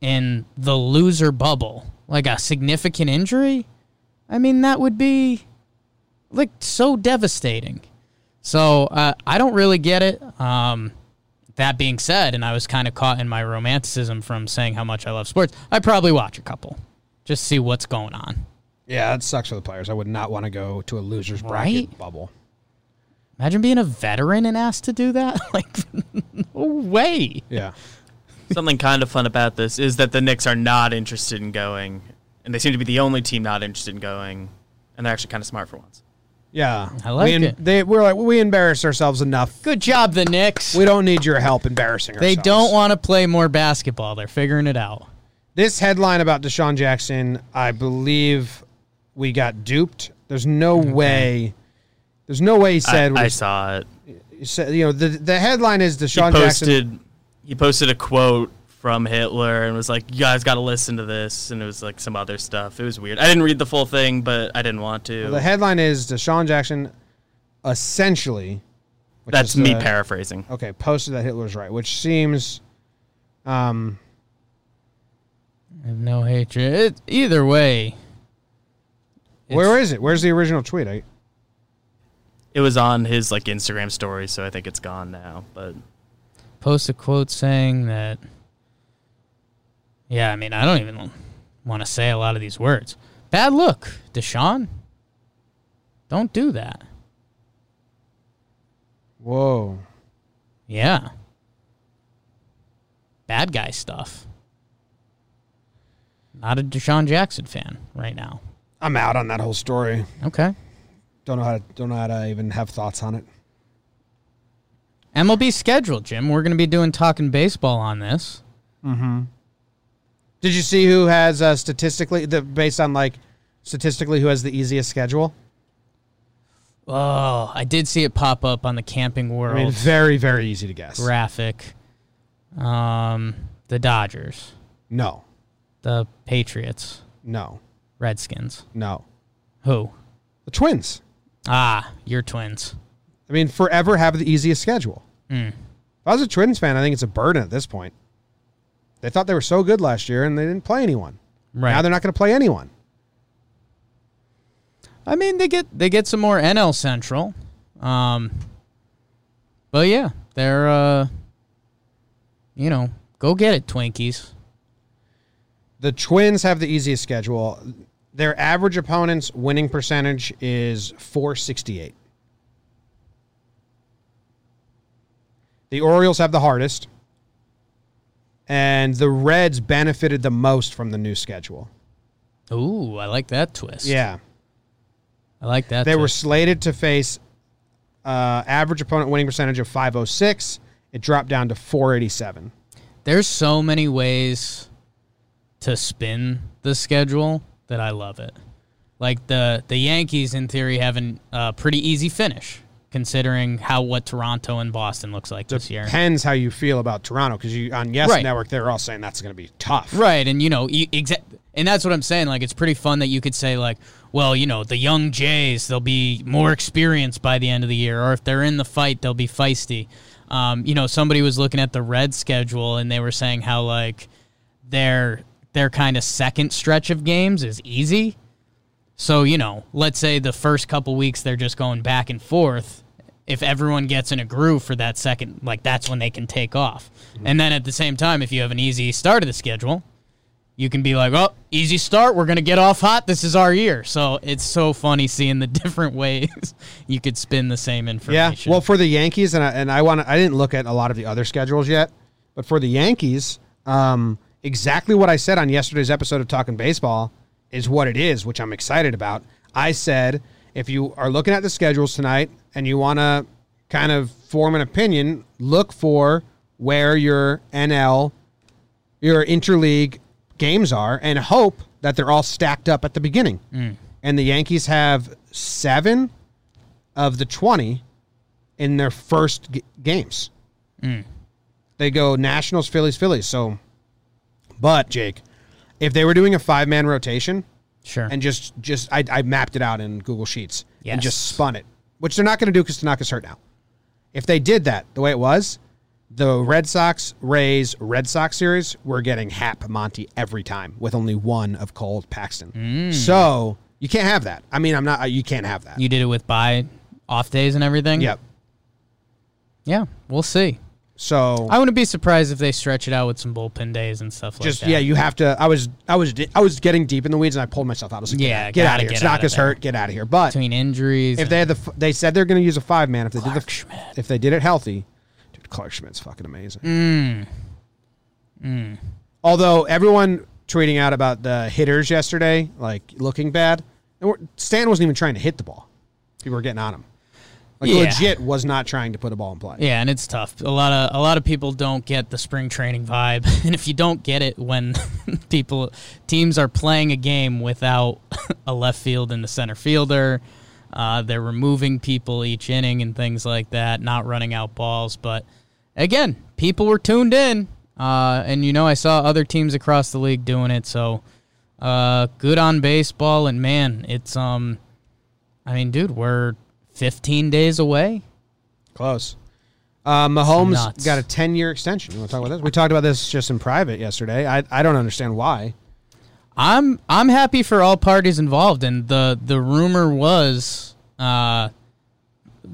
[SPEAKER 2] in the loser bubble, like a significant injury, I mean that would be like so devastating. So uh, I don't really get it. Um, that being said, and I was kind of caught in my romanticism from saying how much I love sports. I probably watch a couple, just see what's going on.
[SPEAKER 1] Yeah, that sucks for the players. I would not want to go to a losers bracket
[SPEAKER 2] Right?
[SPEAKER 1] bubble.
[SPEAKER 2] Imagine being a veteran and asked to do that. Like, no way.
[SPEAKER 1] Yeah.
[SPEAKER 3] Something kind of fun about this is that the Knicks are not interested in going, and they seem to be the only team not interested in going, and they're actually kind of smart for once.
[SPEAKER 1] Yeah.
[SPEAKER 2] I like
[SPEAKER 1] we en-
[SPEAKER 2] it.
[SPEAKER 1] They, we're like, we embarrassed ourselves enough.
[SPEAKER 2] Good job, the Knicks.
[SPEAKER 1] We don't need your help embarrassing
[SPEAKER 2] they
[SPEAKER 1] ourselves.
[SPEAKER 2] don't want to play more basketball. They're figuring it out.
[SPEAKER 1] This headline about Deshaun Jackson, I believe we got duped. There's no way. There's no way he said,
[SPEAKER 3] I, I
[SPEAKER 1] what
[SPEAKER 3] saw it.
[SPEAKER 1] he said- you know, the, the headline is
[SPEAKER 3] He
[SPEAKER 1] Deshaun Jackson.
[SPEAKER 3] posted he posted a quote from Hitler and was like, "You guys got to listen to this," and it was like some other stuff. It was weird. I didn't read the full thing, but I didn't want to.
[SPEAKER 1] The headline is Deshaun Jackson essentially. which
[SPEAKER 3] That's
[SPEAKER 1] is,
[SPEAKER 3] me
[SPEAKER 1] uh,
[SPEAKER 3] paraphrasing.
[SPEAKER 1] Okay, posted that Hitler's right, which seems. Um,
[SPEAKER 2] I have no hatred. It, either way.
[SPEAKER 1] where is it? Where's the original tweet? I,
[SPEAKER 3] It was on his like Instagram story, so I think it's gone now. But
[SPEAKER 2] post a quote saying that yeah i mean i don't even want to say a lot of these words Bad look, Deshaun. Don't do that.
[SPEAKER 1] Whoa.
[SPEAKER 2] Yeah. Bad guy stuff. Not a Deshaun Jackson fan right now.
[SPEAKER 1] I'm out on that whole story.
[SPEAKER 2] Okay.
[SPEAKER 1] Don't know how to don't know how to even have thoughts on it.
[SPEAKER 2] MLB schedule, Jim. We're going to be doing talking baseball on this.
[SPEAKER 1] Did you see who has uh, statistically the based on like statistically who has the easiest schedule?
[SPEAKER 2] Oh, I did see it pop up on the Camping
[SPEAKER 1] I
[SPEAKER 2] World
[SPEAKER 1] mean, very very easy to guess.
[SPEAKER 2] graphic. Um, the Dodgers,
[SPEAKER 1] No,
[SPEAKER 2] the Patriots,
[SPEAKER 1] no,
[SPEAKER 2] Redskins.
[SPEAKER 1] no.
[SPEAKER 2] Who?
[SPEAKER 1] The Twins.
[SPEAKER 2] Ah, your twins.
[SPEAKER 1] I mean, forever have the easiest schedule. If I was a Twins fan, I think it's a burden at this point. They thought they were so good last year, and they didn't play anyone.
[SPEAKER 2] Right.
[SPEAKER 1] Now they're not going to play anyone.
[SPEAKER 2] I mean, they get they get some more NL Central, um, but yeah, they're uh, you know, go get it, Twinkies.
[SPEAKER 1] The Twins have the easiest schedule. Their average opponent's winning percentage is 468. The Orioles have the hardest. And the Reds benefited the most from the new schedule.
[SPEAKER 2] Ooh, I like that twist.
[SPEAKER 1] Yeah.
[SPEAKER 2] I like that.
[SPEAKER 1] They were
[SPEAKER 2] twist.
[SPEAKER 1] slated to face uh, average opponent winning percentage of 506. It dropped down to 487.
[SPEAKER 2] There's so many ways to spin the schedule that I love it. Like the the Yankees, in theory, have an- a pretty easy finish considering how what Toronto and Boston looks like this year.
[SPEAKER 1] Depends how you feel about Toronto because you on Yes
[SPEAKER 2] Right.
[SPEAKER 1] Network they're all saying that's going to be tough.
[SPEAKER 2] Right, and you know, you, exa- and that's what I'm saying. Like, it's pretty fun that you could say, like, well, you know, the young Jays, they'll be more experienced by the end of the year, or if they're in the fight, they'll be feisty. Um, you know, somebody was looking at the Red schedule, and they were saying how like their their kind of second stretch of games is easy. So you know, let's say the first couple weeks they're just going back and forth. If everyone gets in a groove for that second, like that's when they can take off.
[SPEAKER 1] Mm-hmm.
[SPEAKER 2] And then at the same time, if you have an easy start of the schedule, you can be like, "Oh, easy start. We're gonna get off hot. This is our year." So it's so funny seeing the different ways you could spin the same
[SPEAKER 1] Yeah.
[SPEAKER 2] information.
[SPEAKER 1] Well, for the Yankees and I, and I want I didn't look at a lot of the other schedules yet, but for the Yankees, um, exactly what I said on yesterday's episode of Talking Baseball is what it is, which I'm excited about. I said if you are looking at the schedules tonight and you want to kind of form an opinion, look for where your NL your interleague games are and hope that they're all stacked up at the beginning. And the Yankees have 7 of the 20 in their first g- games.
[SPEAKER 2] Mm.
[SPEAKER 1] They go Nationals, Phillies, Phillies. So, but Jake, if they were doing a five man rotation
[SPEAKER 2] sure.
[SPEAKER 1] and just just I, I mapped it out in Google Sheets and
[SPEAKER 2] Yes.
[SPEAKER 1] just spun it, which they're not going to do because Tanaka's hurt now. If they did that the way it was, the Red Sox Rays Red Sox series we're getting Hap Monty every time with only one of Cole Paxton. So you can't have that. I mean, I'm not. You can't have that.
[SPEAKER 2] Mm. you did it with bye off days and everything.
[SPEAKER 1] yep.
[SPEAKER 2] Yeah. We'll see.
[SPEAKER 1] So
[SPEAKER 2] I wouldn't be surprised if they stretch it out with some bullpen days and stuff like
[SPEAKER 1] just
[SPEAKER 2] that.
[SPEAKER 1] yeah, you have to. I was I was I was getting deep in the weeds, and I pulled myself out. I was like,
[SPEAKER 2] Yeah,
[SPEAKER 1] yeah, get out
[SPEAKER 2] gotta
[SPEAKER 1] of here.
[SPEAKER 2] get
[SPEAKER 1] It's
[SPEAKER 2] out
[SPEAKER 1] not
[SPEAKER 2] of
[SPEAKER 1] just
[SPEAKER 2] there.
[SPEAKER 1] hurt. Get out of here. But
[SPEAKER 2] between injuries.
[SPEAKER 1] if they had the, f- they said they're going to use a five man. If they did the,
[SPEAKER 2] Clark Schmidt.
[SPEAKER 1] f- if they did it healthy, dude, Clark Schmidt's fucking amazing.
[SPEAKER 2] Mm.
[SPEAKER 1] Although everyone tweeting out about the hitters yesterday, like looking bad, and we're- Stan wasn't even trying to hit the ball. People were getting on him. Like
[SPEAKER 2] Yeah.
[SPEAKER 1] legit was not trying to put a ball in play.
[SPEAKER 2] yeah, and it's tough. A lot of a lot of people don't get the spring training vibe, and if you don't get it when people teams are playing a game without a left field and the center fielder, uh, they're removing people each inning and things like that, not running out balls. But again, people were tuned in, uh, and you know I saw other teams across the league doing it, so uh, good on baseball. And man, it's um, I mean, dude, we're 15 days away
[SPEAKER 1] Close. Uh, Mahomes
[SPEAKER 2] Nuts.
[SPEAKER 1] got a 10 year extension. You want to talk about this? We talked about this just in private yesterday. I, I don't understand why.
[SPEAKER 2] I'm I'm happy for all parties involved, and the the rumor was, uh,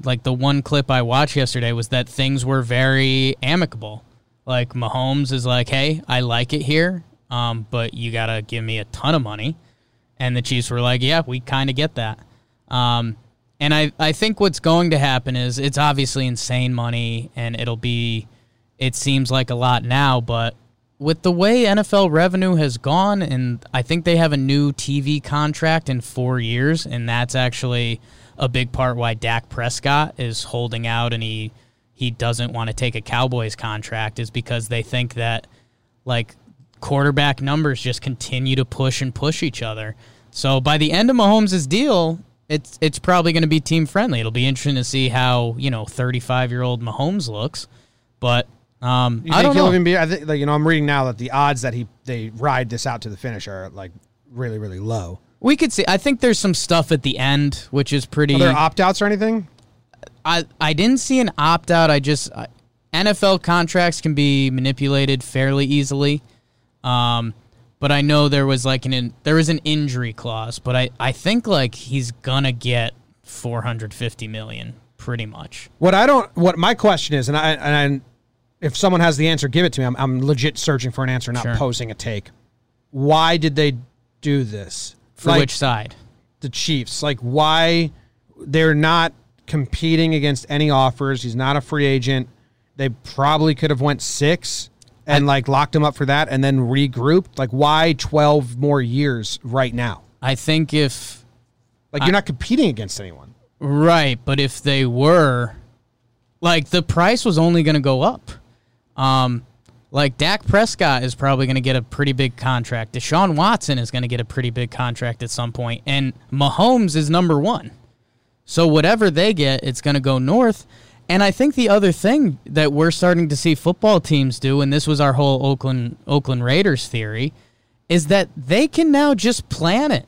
[SPEAKER 2] like the one clip I watched yesterday was that things were very amicable. Like Mahomes is like, "Hey, I like it here, um, but you gotta give me a ton of money," And the Chiefs were like, yeah, we kind of get that. Um, and I, I think what's going to happen is it's obviously insane money and it'll be, it seems like a lot now, but with the way NFL revenue has gone, and I think they have a new TV contract in four years, and that's actually a big part why Dak Prescott is holding out and he he doesn't want to take a Cowboys contract is because they think that like quarterback numbers just continue to push and push each other. So by the end of Mahomes' deal, it's it's probably going to be team friendly. It'll be interesting to see how you know 35 year old Mahomes looks, but um,
[SPEAKER 1] You
[SPEAKER 2] I
[SPEAKER 1] think
[SPEAKER 2] don't
[SPEAKER 1] he'll
[SPEAKER 2] know.
[SPEAKER 1] even be? I think, like, you know, I'm reading now that the odds that he they ride this out to the finish are like really, really low.
[SPEAKER 2] We could see. I think there's some stuff at the end, which is pretty.
[SPEAKER 1] Are there opt outs or anything?
[SPEAKER 2] I I didn't see an opt out. I just I, NFL contracts can be manipulated fairly easily, um, but I know there was like an in, there was an injury clause. But I I think like he's gonna get 450 million pretty much.
[SPEAKER 1] What I don't, what my question is, and I, and I, if someone has the answer, give it to me. I'm, I'm legit searching for an answer, not
[SPEAKER 2] Sure.
[SPEAKER 1] posing a take. Why did they do this?
[SPEAKER 2] For
[SPEAKER 1] Like,
[SPEAKER 2] which side?
[SPEAKER 1] the Chiefs? Like, why they're not competing against any offers? He's not a free agent. They probably could have went six and like locked him up for that, and then regrouped. Like, why twelve more years right now?
[SPEAKER 2] I think if
[SPEAKER 1] Like, you're not competing against anyone.
[SPEAKER 2] Right, but if they were, like the price was only going to go up. Um, like Dak Prescott is probably going to get a pretty big contract. Deshaun Watson is going to get a pretty big contract at some point, and Mahomes is number one. So whatever they get, it's going to go north. And I think the other thing that we're starting to see football teams do, and this was our whole Oakland Oakland Raiders theory, is that they can now just plan it.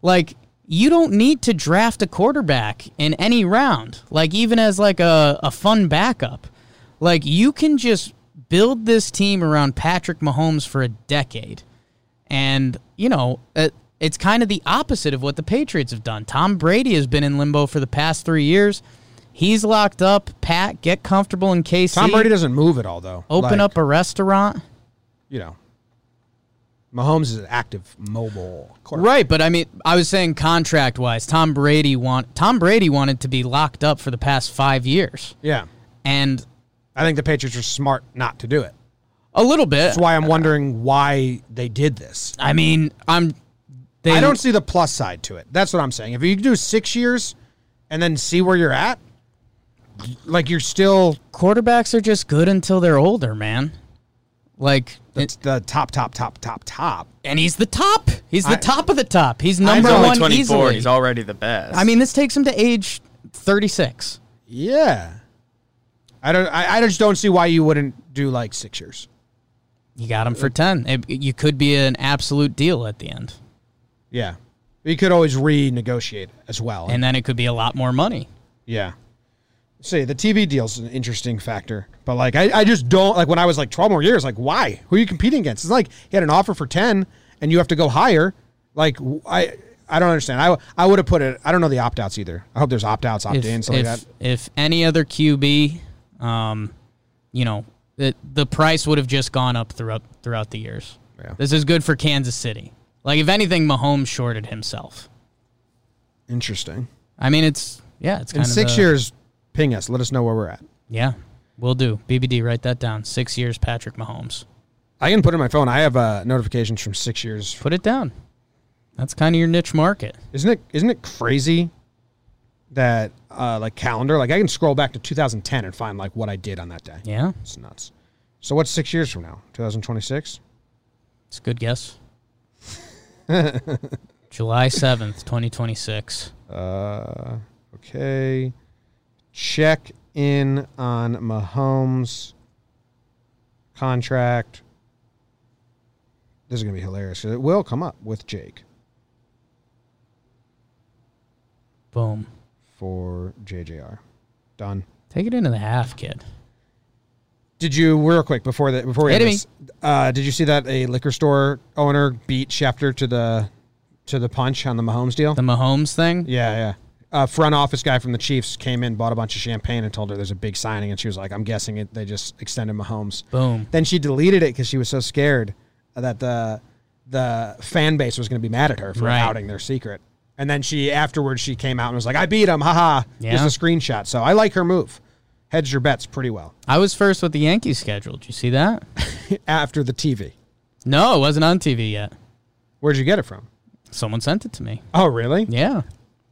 [SPEAKER 2] Like you don't need to draft a quarterback in any round. Like even as like a, a fun backup. Like you can just build this team around Patrick Mahomes for a decade. And, you know, it, it's kind of the opposite of what the Patriots have done. Tom Brady has been in limbo for the past three years. He's locked up. Pat, get comfortable in KC.
[SPEAKER 1] Tom Brady doesn't move at all, though.
[SPEAKER 2] Open
[SPEAKER 1] Like,
[SPEAKER 2] up a restaurant.
[SPEAKER 1] you know. Mahomes is an active mobile quarterback.
[SPEAKER 2] Right, but I mean, I was saying contract wise, Tom Brady want Tom Brady wanted to be locked up for the past five years,
[SPEAKER 1] Yeah.
[SPEAKER 2] and
[SPEAKER 1] I think the Patriots are smart not to do it.
[SPEAKER 2] a little bit.
[SPEAKER 1] That's why I'm wondering why they did this.
[SPEAKER 2] I mean, I'm. They,
[SPEAKER 1] I don't see the plus side to it. That's what I'm saying. If you do six years and then see where you're at, like you're still
[SPEAKER 2] Quarterbacks are just good until they're older, man. Like,
[SPEAKER 1] it's the top, top, top, top, top.
[SPEAKER 2] and he's the top. He's the
[SPEAKER 1] I-
[SPEAKER 2] top of the top. He's
[SPEAKER 3] He's
[SPEAKER 2] number
[SPEAKER 3] only
[SPEAKER 2] one
[SPEAKER 3] 24.
[SPEAKER 2] easily.
[SPEAKER 3] He's already the best.
[SPEAKER 2] I mean, this takes him to age thirty-six.
[SPEAKER 1] Yeah. I don't. I, I just don't see why you wouldn't do like six years.
[SPEAKER 2] You got him for ten. It- you could be an absolute deal at the end,
[SPEAKER 1] Yeah. You could always renegotiate as well.
[SPEAKER 2] and then it could be a lot more money.
[SPEAKER 1] Yeah. See, the TV deal's an interesting factor, but like I, I just don't like when I was like twelve more years. Like, why? Who are you competing against? It's like he had an offer for ten, and you have to go higher. Like, w- I I don't understand. I I would have put it. I don't know the opt outs either. I hope there's opt outs, opt in,
[SPEAKER 2] if,
[SPEAKER 1] something like
[SPEAKER 2] if-
[SPEAKER 1] that.
[SPEAKER 2] if any other QB, um, you know, the, the price would have just gone up throughout throughout the years.
[SPEAKER 1] Yeah.
[SPEAKER 2] This is good for Kansas City. Like if anything, Mahomes shorted himself.
[SPEAKER 1] Interesting.
[SPEAKER 2] I mean, it's yeah, it's
[SPEAKER 1] In
[SPEAKER 2] kind of
[SPEAKER 1] six
[SPEAKER 2] a-
[SPEAKER 1] years, ping us. Let us know where we're at.
[SPEAKER 2] Yeah, we'll do. BBD, write that down. Six years, Patrick Mahomes.
[SPEAKER 1] I can put it in my phone. I have uh, notifications from six years.
[SPEAKER 2] Put it down. That's kind of your niche market.
[SPEAKER 1] Isn't it? Isn't it crazy that uh, like calendar? Like I can scroll back to 2010 and find like what I did on that day.
[SPEAKER 2] Yeah,
[SPEAKER 1] It's nuts. So what's six years from now? 2026?
[SPEAKER 2] it's a good guess. July seventh, twenty twenty six.
[SPEAKER 1] Uh, okay. Check in on Mahomes contract. This is gonna be hilarious. It will come up with Jake
[SPEAKER 2] Boom.
[SPEAKER 1] for JJR. Done.
[SPEAKER 2] Take it into the half, kid.
[SPEAKER 1] Did you real quick before that before we
[SPEAKER 2] Hit
[SPEAKER 1] end
[SPEAKER 2] me.
[SPEAKER 1] this, uh, did you see that a liquor store owner beat Schefter to the to the punch on the Mahomes deal?
[SPEAKER 2] The Mahomes thing.
[SPEAKER 1] Yeah, yeah. A front office guy from the Chiefs came in, bought a bunch of champagne, and told her there's a big signing, and she was like, "I'm guessing it." They just extended Mahomes.
[SPEAKER 2] Boom.
[SPEAKER 1] Then she deleted it because she was so scared that the the fan base was going to be mad at her for
[SPEAKER 2] Right.
[SPEAKER 1] outing their secret. And then she afterwards she came out and was like, "I beat him, haha."
[SPEAKER 2] Yeah.
[SPEAKER 1] Just a screenshot. So I like her move. Hedge your bets pretty well
[SPEAKER 2] I was first with the Yankees schedule. Did you see that?
[SPEAKER 1] after the TV.
[SPEAKER 2] No, it wasn't on TV yet.
[SPEAKER 1] Where'd you get it from?
[SPEAKER 2] Someone sent it to me.
[SPEAKER 1] Oh, really?
[SPEAKER 2] Yeah.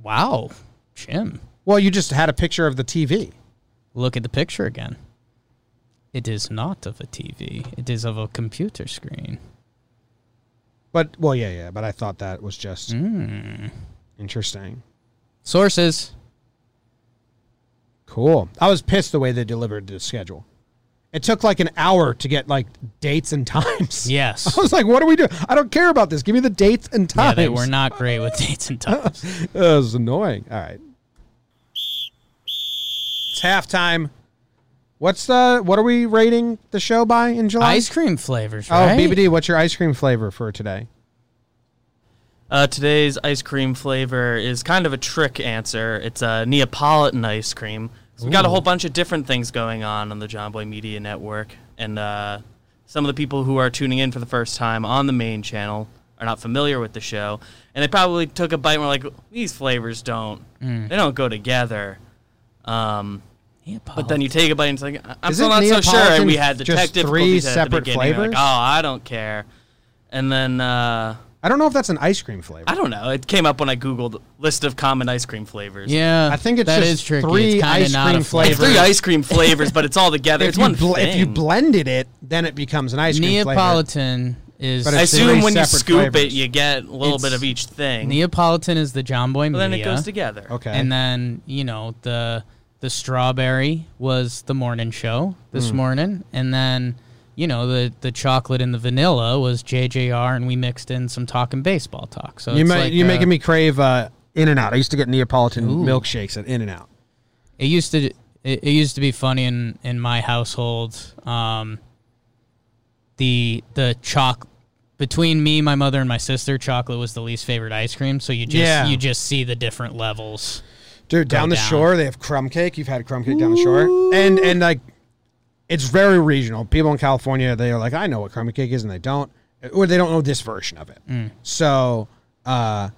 [SPEAKER 2] Wow. Jim,
[SPEAKER 1] Well, you just had a picture of the TV.
[SPEAKER 2] look at the picture again. It is not of a TV. It is of a computer screen.
[SPEAKER 1] But well, yeah, yeah. But I thought that was just
[SPEAKER 2] Hmm.
[SPEAKER 1] interesting.
[SPEAKER 2] Sources.
[SPEAKER 1] Cool. I was pissed the way they delivered the schedule. It took like an hour to get like dates and times.
[SPEAKER 2] Yes.
[SPEAKER 1] I was like, what are we doing? I don't care about this. Give me the dates and
[SPEAKER 2] yeah,
[SPEAKER 1] times.
[SPEAKER 2] they were not great with dates and times.
[SPEAKER 1] It was annoying. All right. It's halftime. What's the what are we rating the show by in July?
[SPEAKER 2] Ice cream flavors,
[SPEAKER 1] oh,
[SPEAKER 2] right?
[SPEAKER 1] BBD, what's your ice cream flavor for today?
[SPEAKER 3] Uh, today's ice cream flavor is kind of a trick answer. It's a Neapolitan ice cream. So we got a whole bunch of different things going on on the John Boy Media Network, and uh, some of the people who are tuning in for the first time on the main channel are not familiar with the show, and they probably took a bite and were like, "These flavors don't,
[SPEAKER 2] Mm.
[SPEAKER 3] they don't go together." Um, but then you take a bite and it's like, I- I'm
[SPEAKER 1] Isn't
[SPEAKER 3] still not so sure. And
[SPEAKER 1] Neapolitan
[SPEAKER 3] we had the
[SPEAKER 1] just
[SPEAKER 3] tech
[SPEAKER 1] three
[SPEAKER 3] difficulties at the
[SPEAKER 1] separate
[SPEAKER 3] beginning. Like,
[SPEAKER 1] flavors?
[SPEAKER 3] oh, I don't care. And then. Uh,
[SPEAKER 1] I don't know if that's an ice cream flavor.
[SPEAKER 3] I don't know. It came up when I googled list of common ice cream flavors.
[SPEAKER 2] Yeah.
[SPEAKER 1] I think it's
[SPEAKER 2] that
[SPEAKER 1] just
[SPEAKER 2] is tricky.
[SPEAKER 1] three
[SPEAKER 2] it's kinda
[SPEAKER 1] ice
[SPEAKER 2] not
[SPEAKER 1] cream
[SPEAKER 2] a flavor.
[SPEAKER 3] It's three ice cream flavors, but it's all together.
[SPEAKER 1] if
[SPEAKER 3] it's
[SPEAKER 1] you
[SPEAKER 3] one
[SPEAKER 1] bl-
[SPEAKER 3] thing.
[SPEAKER 1] if you blended it, then it becomes an ice cream flavor.
[SPEAKER 2] Neapolitan is
[SPEAKER 1] But
[SPEAKER 3] I
[SPEAKER 1] it's three
[SPEAKER 3] assume when you
[SPEAKER 1] separate
[SPEAKER 3] scoop it,
[SPEAKER 1] flavors.
[SPEAKER 3] you get a little
[SPEAKER 2] It's
[SPEAKER 3] bit of each thing.
[SPEAKER 2] Neapolitan is the John Boy
[SPEAKER 3] but
[SPEAKER 2] Media.
[SPEAKER 3] then it goes together.
[SPEAKER 1] Okay.
[SPEAKER 2] And then you know the the strawberry was the morning show this
[SPEAKER 1] Hmm.
[SPEAKER 2] morning, and then you know the the chocolate and the vanilla was JJR, and we mixed in some talking baseball talk. So
[SPEAKER 1] you
[SPEAKER 2] it's
[SPEAKER 1] ma-
[SPEAKER 2] like,
[SPEAKER 1] you're
[SPEAKER 2] uh,
[SPEAKER 1] making me crave uh, In and Out. I used to get Neapolitan milkshakes at In and Out.
[SPEAKER 2] It used to it, it used to be funny in in my household. Um, the the choc between me, my mother, and my sister, chocolate was the least favorite ice cream. So you just
[SPEAKER 1] Yeah.
[SPEAKER 2] you just see the different levels.
[SPEAKER 1] Dude, down the
[SPEAKER 2] down.
[SPEAKER 1] shore they have crumb cake. You've had crumb cake down the shore, and and like it's very regional. People in California they are like, I know what crumb cake is, and they don't, or they don't know this version of it.
[SPEAKER 2] Mm.
[SPEAKER 1] So uh,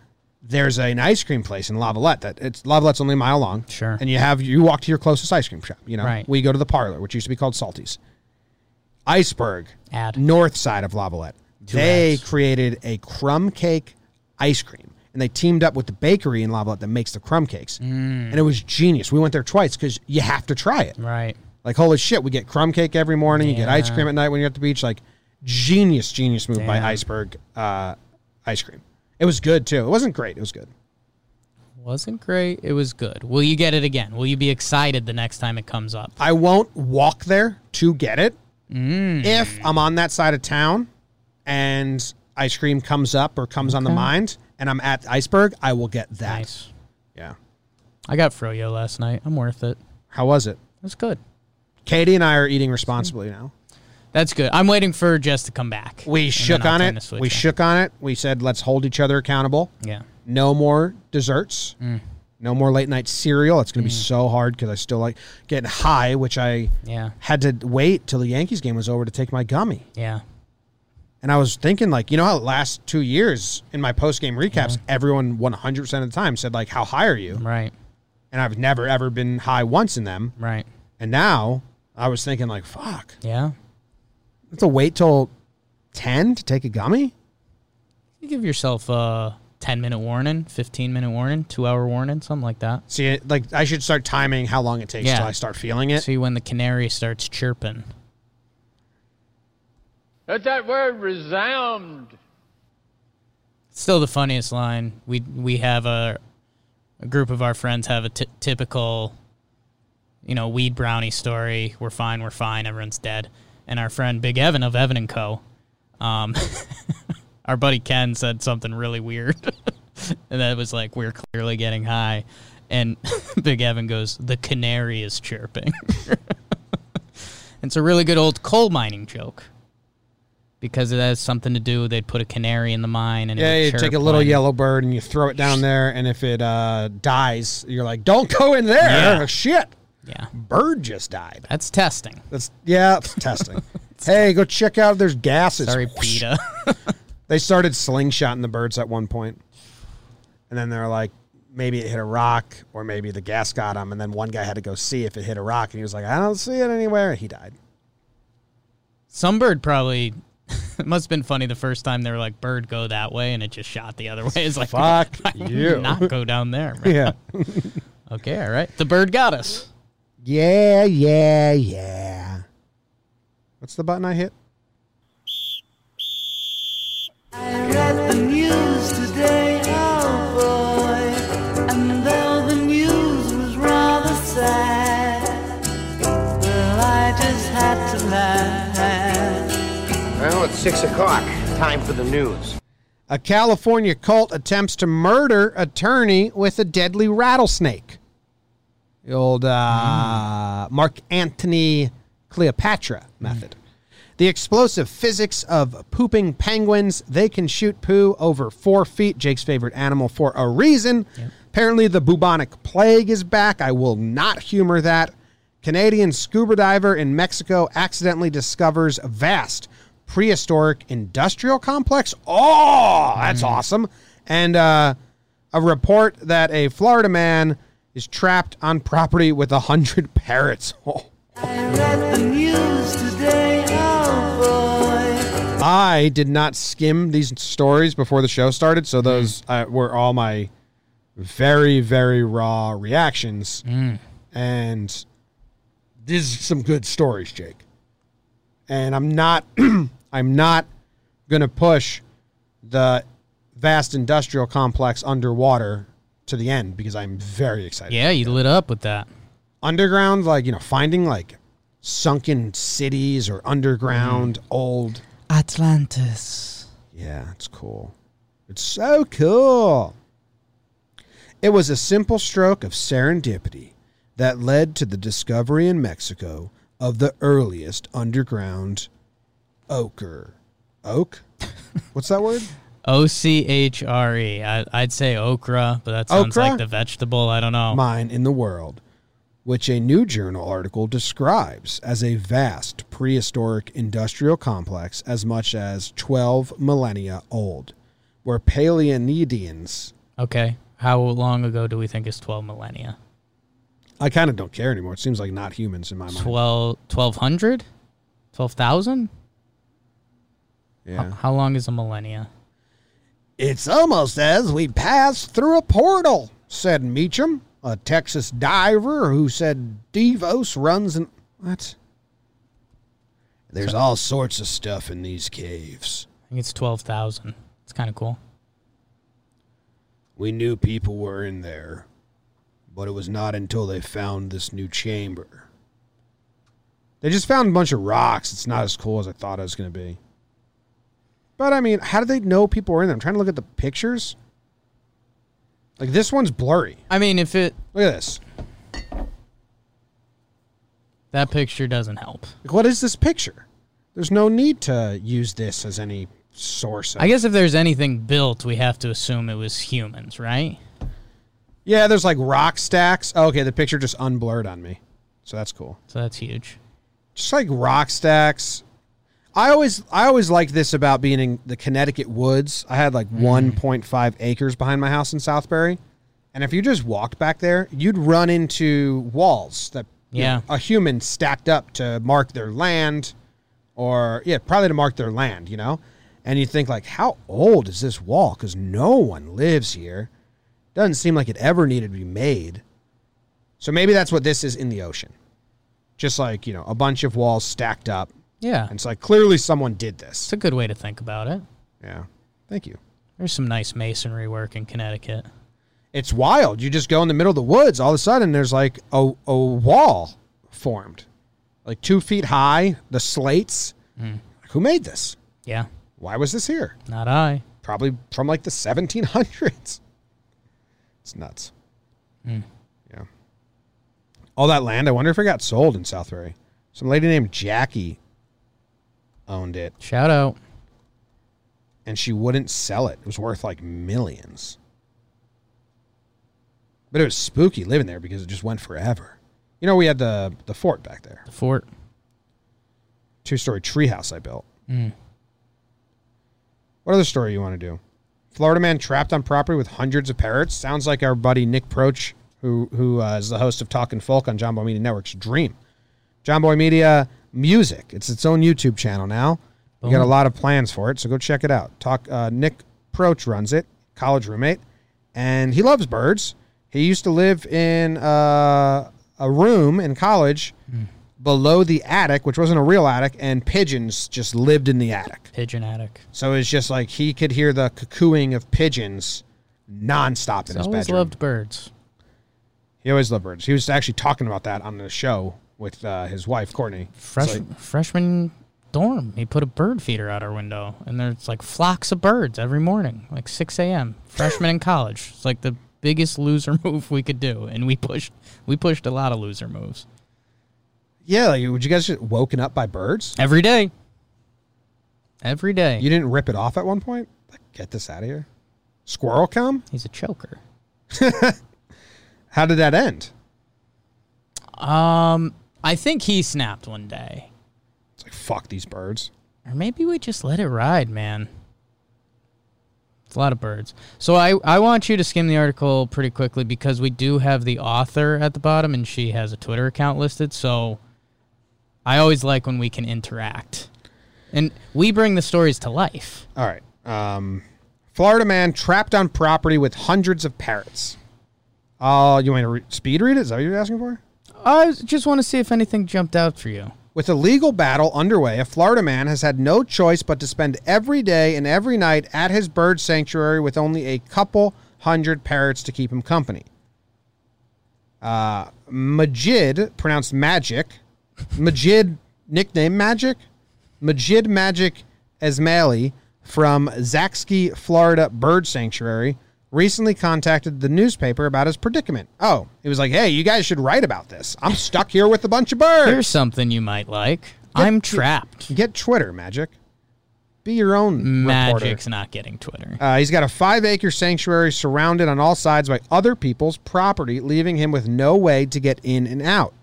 [SPEAKER 1] there's an ice cream place in Lavalette that it's Lavalette's only a mile long.
[SPEAKER 2] Sure.
[SPEAKER 1] and you have you walk to your closest ice cream shop. You know,
[SPEAKER 2] Right.
[SPEAKER 1] we go to the parlor, which used to be called Salty's. Iceberg,
[SPEAKER 2] Add.
[SPEAKER 1] north side of Lavalette, they
[SPEAKER 2] ads.
[SPEAKER 1] created a crumb cake ice cream. And they teamed up with the bakery in Lavalette that makes the crumb cakes. And it was genius. We went there twice because you have to try it.
[SPEAKER 2] Mm. Right.
[SPEAKER 1] Like, holy shit, we get crumb cake every morning. You get ice cream at night when you're at the beach. Like, genius, genius move by
[SPEAKER 2] Damn.
[SPEAKER 1] Iceberg uh, Ice Cream. It was good, too. It wasn't great. It was good.
[SPEAKER 2] Wasn't great. It was good. Will you get it again? Will you be excited the next time it comes up?
[SPEAKER 1] I won't walk there to get it
[SPEAKER 2] Mm.
[SPEAKER 1] if I'm on that side of town and ice cream comes up or comes on the mind and I'm at Iceberg, I will get that.
[SPEAKER 2] Nice.
[SPEAKER 1] Yeah.
[SPEAKER 2] I got froyo last night. I'm worth it.
[SPEAKER 1] How was it?
[SPEAKER 2] That's good.
[SPEAKER 1] Katie and I are eating responsibly now.
[SPEAKER 2] That's good. I'm waiting for Jess to come back.
[SPEAKER 1] We
[SPEAKER 2] and
[SPEAKER 1] shook
[SPEAKER 2] then I'll
[SPEAKER 1] on
[SPEAKER 2] turn the
[SPEAKER 1] it.
[SPEAKER 2] switch
[SPEAKER 1] We
[SPEAKER 2] on.
[SPEAKER 1] shook on it. We said, let's hold each other accountable.
[SPEAKER 2] Yeah.
[SPEAKER 1] No more desserts. No more late night cereal. It's going to be so hard because I still like getting high, which I
[SPEAKER 2] Yeah.
[SPEAKER 1] had to wait till the Yankees game was over to take my gummy.
[SPEAKER 2] Yeah.
[SPEAKER 1] And I was thinking, like, you know how last two years in my post game recaps, everyone 100% of the time said, like, how high are you?
[SPEAKER 2] Right.
[SPEAKER 1] And I've never, ever been high once in them.
[SPEAKER 2] Right.
[SPEAKER 1] And now I was thinking, like, fuck,
[SPEAKER 2] Yeah.
[SPEAKER 1] I have to wait till 10 to take a gummy?
[SPEAKER 2] You give yourself a 10 minute warning, 15 minute warning, two hour warning, something like that.
[SPEAKER 1] See, it- like, I should start timing how long it takes
[SPEAKER 2] Yeah.
[SPEAKER 1] till I start feeling it.
[SPEAKER 2] See when the canary starts chirping.
[SPEAKER 4] Let that word resound.
[SPEAKER 2] Still the funniest line. We we have a, a group of our friends have a t- typical, you know, weed brownie story. We're fine. We're fine. Everyone's dead. And our friend Big Evan of Evan and Co. Um, our buddy Ken said something really weird, and that was like we're clearly getting high. And Big Evan goes, "The canary is chirping." it's a really good old coal mining joke because it has something to do. They'd put a canary in the mine, and it
[SPEAKER 1] Yeah,
[SPEAKER 2] would
[SPEAKER 1] you take
[SPEAKER 2] chirp
[SPEAKER 1] a little
[SPEAKER 2] when-
[SPEAKER 1] yellow bird and you throw it down there. And if it uh, dies, you're like, don't go in there. Oh,
[SPEAKER 2] Yeah.
[SPEAKER 1] Shit,
[SPEAKER 2] Yeah,
[SPEAKER 1] bird just died.
[SPEAKER 2] that's testing.
[SPEAKER 1] That's, yeah, it's testing. hey, go check out if there's gases.
[SPEAKER 2] Sorry, PETA.
[SPEAKER 1] They started slingshotting the birds at one point, and then they're like, maybe it hit a rock, or maybe the gas got him. And then one guy had to go see if it hit a rock, and he was like, I don't see it anywhere. He died.
[SPEAKER 2] Some bird probably. it must have been funny the first time they were like, "Bird, go that way," and it just shot the other way. It's like,
[SPEAKER 1] Fuck
[SPEAKER 2] I would
[SPEAKER 1] you.
[SPEAKER 2] not go down there. man.
[SPEAKER 1] Yeah,
[SPEAKER 2] Okay, all right. The bird got us.
[SPEAKER 1] yeah, yeah, yeah. What's the button I hit?
[SPEAKER 5] read the news today, oh boy. And though the news was rather sad, well, I just had to laugh.
[SPEAKER 6] Well, it's six o'clock. Time for the news.
[SPEAKER 1] A California cult attempts to murder attorney with a deadly rattlesnake. The old uh, Mark Antony Cleopatra method. The explosive physics of pooping penguins. They can shoot poo over four feet, Jake's favorite animal, for a reason. Apparently, the bubonic plague is back. I will not humor that. Canadian scuba diver in Mexico accidentally discovers a vast prehistoric industrial complex. Oh, that's awesome. And uh, a report that a Florida man is trapped on property with a hundred parrots. Oh.
[SPEAKER 5] I read the news today, oh boy.
[SPEAKER 1] I did not skim these stories before the show started, so those uh, were all my very, very raw reactions. And these are some good stories, Jake. And I'm not, I'm not going to push the vast industrial complex underwater to the end because I'm very excited.
[SPEAKER 2] Yeah, you lit up with that.
[SPEAKER 1] Underground, like you know, finding like sunken cities or underground old
[SPEAKER 2] Atlantis.
[SPEAKER 1] Yeah, it's cool. It's so cool. It was a simple stroke of serendipity that led to the discovery in Mexico of the earliest underground ochre. Oak? What's that word?
[SPEAKER 2] O C H R E. I- I'd say okra, but that sounds
[SPEAKER 1] Okra?
[SPEAKER 2] like the vegetable. I don't know.
[SPEAKER 1] Mine in the world, which a new journal article describes as a vast prehistoric industrial complex as much as 12 millennia old, where Paleonedians
[SPEAKER 2] Okay. How long ago do we think is 12 millennia?
[SPEAKER 1] I kind of don't care anymore. It seems like not humans in my mind.
[SPEAKER 2] 12, 1200? 12,000?
[SPEAKER 1] Yeah.
[SPEAKER 2] How long is a millennia?
[SPEAKER 1] It's almost as we passed through a portal, said Meacham, a Texas diver who said Devos runs an. What? There's all sorts of stuff in these caves.
[SPEAKER 2] I think it's 12,000. It's kind of cool.
[SPEAKER 1] We knew people were in there, but it was not until they found this new chamber. They just found a bunch of rocks. It's not as cool as I thought it was going to be. But I mean, how do they know people were in there? I'm trying to look at the pictures. Like this one's blurry.
[SPEAKER 2] I mean, if it
[SPEAKER 1] Look at this.
[SPEAKER 2] that picture doesn't help.
[SPEAKER 1] Like, what is this picture? There's no need to use this as any source. Of
[SPEAKER 2] I guess if there's anything built, we have to assume it was humans, right?
[SPEAKER 1] Yeah, there's like rock stacks. Oh, okay, the picture just unblurred on me, so that's cool.
[SPEAKER 2] So that's huge.
[SPEAKER 1] just like rock stacks. I always I always liked this about being in the Connecticut woods. I had like 1.5 acres behind my house in Southbury. And if you just walked back there, you'd run into walls that you
[SPEAKER 2] Yeah.
[SPEAKER 1] know, a human stacked up to mark their land or yeah, probably to mark their land, you know? And you think like how old is this wall cuz no one lives here. Doesn't seem like it ever needed to be made. So maybe that's what this is in the ocean. Just like, you know, a bunch of walls stacked up.
[SPEAKER 2] Yeah.
[SPEAKER 1] And it's like clearly someone did
[SPEAKER 2] It's
[SPEAKER 1] this.
[SPEAKER 2] a good way to think about it.
[SPEAKER 1] Yeah. Thank you.
[SPEAKER 2] There's some nice masonry work in Connecticut.
[SPEAKER 1] It's wild. You just go in the middle of the woods, all of a sudden there's like a, a wall formed. Like two feet high, the slates. Who made this?
[SPEAKER 2] Yeah.
[SPEAKER 1] Why was this here?
[SPEAKER 2] Not I.
[SPEAKER 1] Probably from like the 1700s. It's nuts. Yeah. All that land, I wonder if it got sold in Southbury. Some lady named Jackie owned it.
[SPEAKER 2] Shout out.
[SPEAKER 1] and she wouldn't sell it. It was worth like millions. But it was spooky living there because it just went forever. You know, we had the the fort back there,
[SPEAKER 2] The fort.
[SPEAKER 1] two story treehouse I built. What other story you want to do? Florida man trapped on property with hundreds of parrots. Sounds like our buddy Nick Proch, who who uh, is the host of Talking Folk on John Boy Media Network's Dream. John Boy Media Music. It's its own YouTube channel now. We got a lot of plans for it, so go check it out. Talk uh, Nick Proch runs it, college roommate, and he loves birds. He used to live in uh, a room in college
[SPEAKER 2] Hmm.
[SPEAKER 1] below the attic, which wasn't a real attic, and pigeons just lived in the attic.
[SPEAKER 2] Pigeon attic.
[SPEAKER 1] So it's just like he could hear the cuckooing of pigeons nonstop in his
[SPEAKER 2] always
[SPEAKER 1] bedroom.
[SPEAKER 2] loved birds.
[SPEAKER 1] he always loved birds. He was actually talking about that on the show with uh, his wife Courtney. It's
[SPEAKER 2] Fresh,
[SPEAKER 1] like,
[SPEAKER 2] freshman dorm. He put a bird feeder out our window, and there's like flocks of birds every morning, like 6 a.m. Freshman in college. It's like the biggest loser move we could do, and we pushed. We pushed a lot of loser moves
[SPEAKER 1] yeah, like, would you guys get woken up by birds?
[SPEAKER 2] every day. Every day.
[SPEAKER 1] You didn't rip it off at one point? Like, get this out of here. Squirrel come?
[SPEAKER 2] He's a choker.
[SPEAKER 1] How did that end?
[SPEAKER 2] Um, I think he snapped one day,
[SPEAKER 1] It's like fuck these birds.
[SPEAKER 2] or maybe we just let it ride, man. It's a lot of birds. So I I want you to skim the article pretty quickly because we do have the author at the bottom, and she has a Twitter account listed. So I always like when we can interact, and we bring the stories to life.
[SPEAKER 1] All right. Um, Florida man trapped on property with hundreds of parrots. Oh, you want to re- speed read it? Is that what you're asking for?
[SPEAKER 2] I just want to see if anything jumped out for you.
[SPEAKER 1] With a legal battle underway, a Florida man has had no choice but to spend every day and every night at his bird sanctuary with only a couple hundred parrots to keep him company. Uh, Majid, pronounced Magic, Majid, nickname Magic, Majid Magic Esmaili from Zaxky, Florida Bird Sanctuary, recently contacted the newspaper about his predicament. Oh, he was like, hey, you guys should write about this. I'm stuck here with a bunch of birds.
[SPEAKER 2] Here's something you might like. I'm trapped.
[SPEAKER 1] Get Twitter, Magic. Be your own
[SPEAKER 2] Magic's
[SPEAKER 1] reporter.
[SPEAKER 2] not getting Twitter.
[SPEAKER 1] Uh, he's got a five-acre sanctuary surrounded on all sides by other people's property, leaving him with no way to get in and out.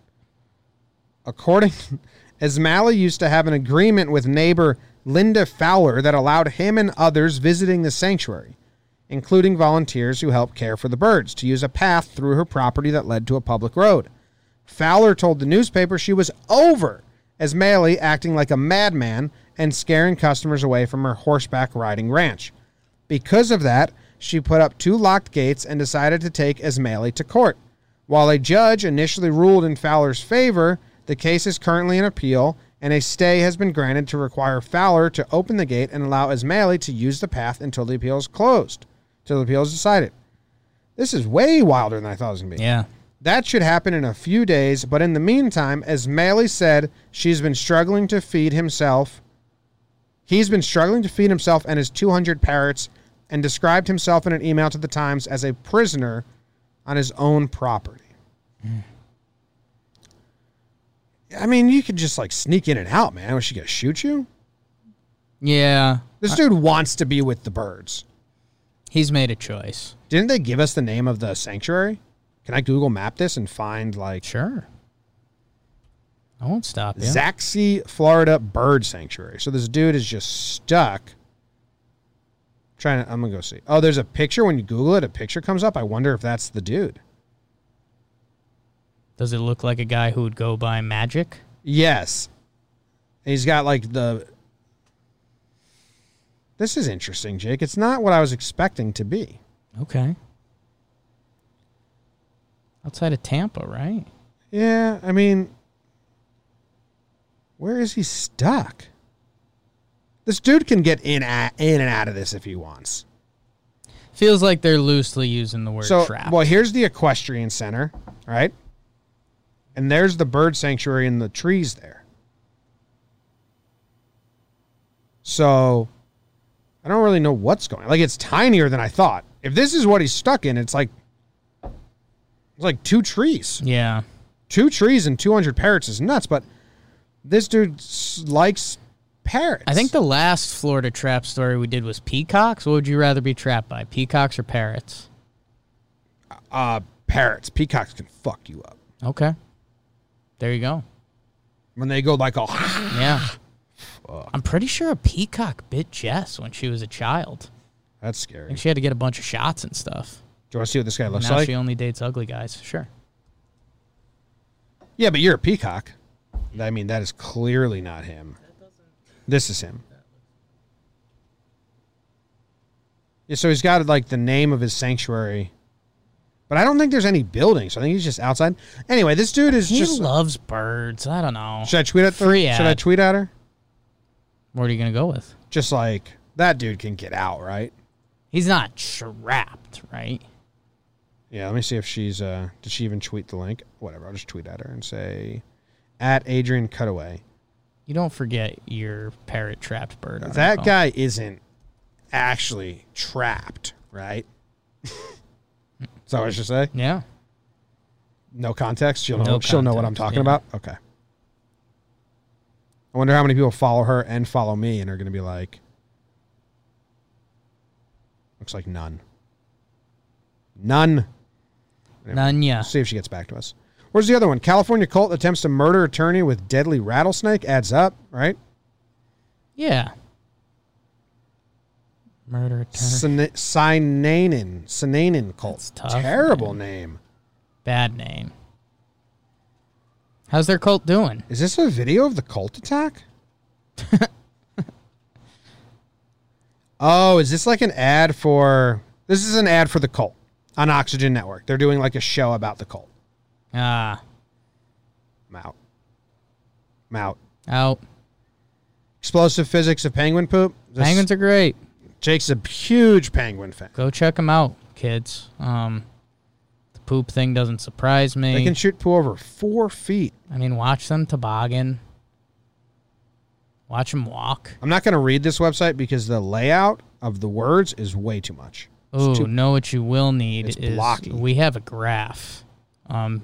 [SPEAKER 1] According, Esmali used to have an agreement with neighbor Linda Fowler that allowed him and others visiting the sanctuary, including volunteers who help care for the birds, to use a path through her property that led to a public road. Fowler told the newspaper she was over Esmaili acting like a madman and scaring customers away from her horseback riding ranch. Because of that, she put up two locked gates and decided to take Esmaili to court. While a judge initially ruled in Fowler's favor, the case is currently in appeal and a stay has been granted to require Fowler to open the gate and allow Esmaili to use the path until the appeal is closed, till the appeal is decided. This is way wilder than I thought it was going to be.
[SPEAKER 2] Yeah.
[SPEAKER 1] That should happen in a few days, but in the meantime, as Maley said, she's been struggling to feed himself. He's been struggling to feed himself and his 200 parrots and described himself in an email to the Times as a prisoner on his own property. I mean, you could just like sneak in and out, man. Was she going to shoot you?
[SPEAKER 2] Yeah.
[SPEAKER 1] This dude wants to be with the birds.
[SPEAKER 2] He's made a choice.
[SPEAKER 1] Didn't they give us the name of the sanctuary? Can I Google map this and find like
[SPEAKER 2] Sure. I won't stop you.
[SPEAKER 1] Zaxi, Florida Bird Sanctuary. So this dude is just stuck. Trying to, I'm gonna go see. Oh, there's a picture. When you Google it, a picture comes up. I wonder if that's the dude.
[SPEAKER 2] Does it look like a guy who would go by magic?
[SPEAKER 1] Yes, And he's got like the. This is interesting, Jake. It's not what I was expecting to be.
[SPEAKER 2] Okay. Outside of Tampa, right?
[SPEAKER 1] Yeah, I mean, where is he stuck? This dude can get in a in and out of this if he wants.
[SPEAKER 2] Feels like they're loosely using the word
[SPEAKER 1] so
[SPEAKER 2] trap.
[SPEAKER 1] well here's the equestrian center right and there's the bird sanctuary and the trees there so i don't really know what's going like it's tinier than i thought if this is what he's stuck in it's like it's like two trees
[SPEAKER 2] yeah.
[SPEAKER 1] two trees and 200 parrots is nuts but this dude s- likes parrots
[SPEAKER 2] I think the last Florida trap story we did was peacocks. What would you rather be trapped by, peacocks or parrots?
[SPEAKER 1] uh parrots peacocks can fuck you up
[SPEAKER 2] Okay. There you go.
[SPEAKER 1] when they go like oh
[SPEAKER 2] Yeah.
[SPEAKER 1] fuck.
[SPEAKER 2] I'm pretty sure a peacock bit Jess when she was a child.
[SPEAKER 1] That's
[SPEAKER 2] I
[SPEAKER 1] scary.
[SPEAKER 2] think she had to get a bunch of shots and stuff.
[SPEAKER 1] Do you want to see what this guy looks
[SPEAKER 2] now
[SPEAKER 1] like?
[SPEAKER 2] she only dates ugly guys. Sure.
[SPEAKER 1] Yeah, but you're a peacock. I mean, that is clearly not him. This is him. Yeah, so he's got like the name of his sanctuary, but I don't think there's any buildings. I think he's just outside. Anyway, this dude is
[SPEAKER 2] He
[SPEAKER 1] just.
[SPEAKER 2] loves birds. I don't know.
[SPEAKER 1] should I tweet at her?
[SPEAKER 2] Free
[SPEAKER 1] Should I
[SPEAKER 2] ad.
[SPEAKER 1] tweet at her?
[SPEAKER 2] What are you gonna go with?
[SPEAKER 1] Just like that dude can get out, right?
[SPEAKER 2] He's not trapped, right?
[SPEAKER 1] Yeah, let me see if she's uh did she even tweet the link? Whatever, I'll just tweet at her and say at Adrian Cutaway.
[SPEAKER 2] You don't forget your parrot trapped bird. on your
[SPEAKER 1] That
[SPEAKER 2] phone.
[SPEAKER 1] guy isn't actually trapped, right? Is that what I should say?
[SPEAKER 2] Yeah.
[SPEAKER 1] No context. She'll know.
[SPEAKER 2] No
[SPEAKER 1] she'll know what I'm talking
[SPEAKER 2] context, yeah.
[SPEAKER 1] about. Okay. I wonder how many people follow her and follow me and are going to be like. Looks like none. None.
[SPEAKER 2] Nanya.
[SPEAKER 1] See if she gets back to us. Where's the other one? California Colt attempts to murder attorney with deadly rattlesnake. Adds up, right?
[SPEAKER 2] Yeah. Murder attorney.
[SPEAKER 1] Sin- Sinanin. Sinanin Colt.
[SPEAKER 2] That's tough,
[SPEAKER 1] Terrible name.
[SPEAKER 2] Bad name. How's their cult doing?
[SPEAKER 1] Is this a video of the cult attack? oh, is this like an ad for. This is an ad for the cult on Oxygen Network. They're doing like a show about the cult.
[SPEAKER 2] Ah,
[SPEAKER 1] I'm out. I'm out.
[SPEAKER 2] out.
[SPEAKER 1] Explosive physics of penguin poop. This-
[SPEAKER 2] Penguins are great.
[SPEAKER 1] Jake's a huge penguin fan.
[SPEAKER 2] Go check them out, kids. Um, the poop thing doesn't surprise me.
[SPEAKER 1] They can shoot poo over four feet.
[SPEAKER 2] I mean, watch them toboggan. Watch them walk.
[SPEAKER 1] I'm not going to read this website because the layout of the words is way too much. It's
[SPEAKER 2] Oh,
[SPEAKER 1] too-
[SPEAKER 2] no! What you will need
[SPEAKER 1] it's
[SPEAKER 2] is
[SPEAKER 1] blocky.
[SPEAKER 2] we have a graph. Um,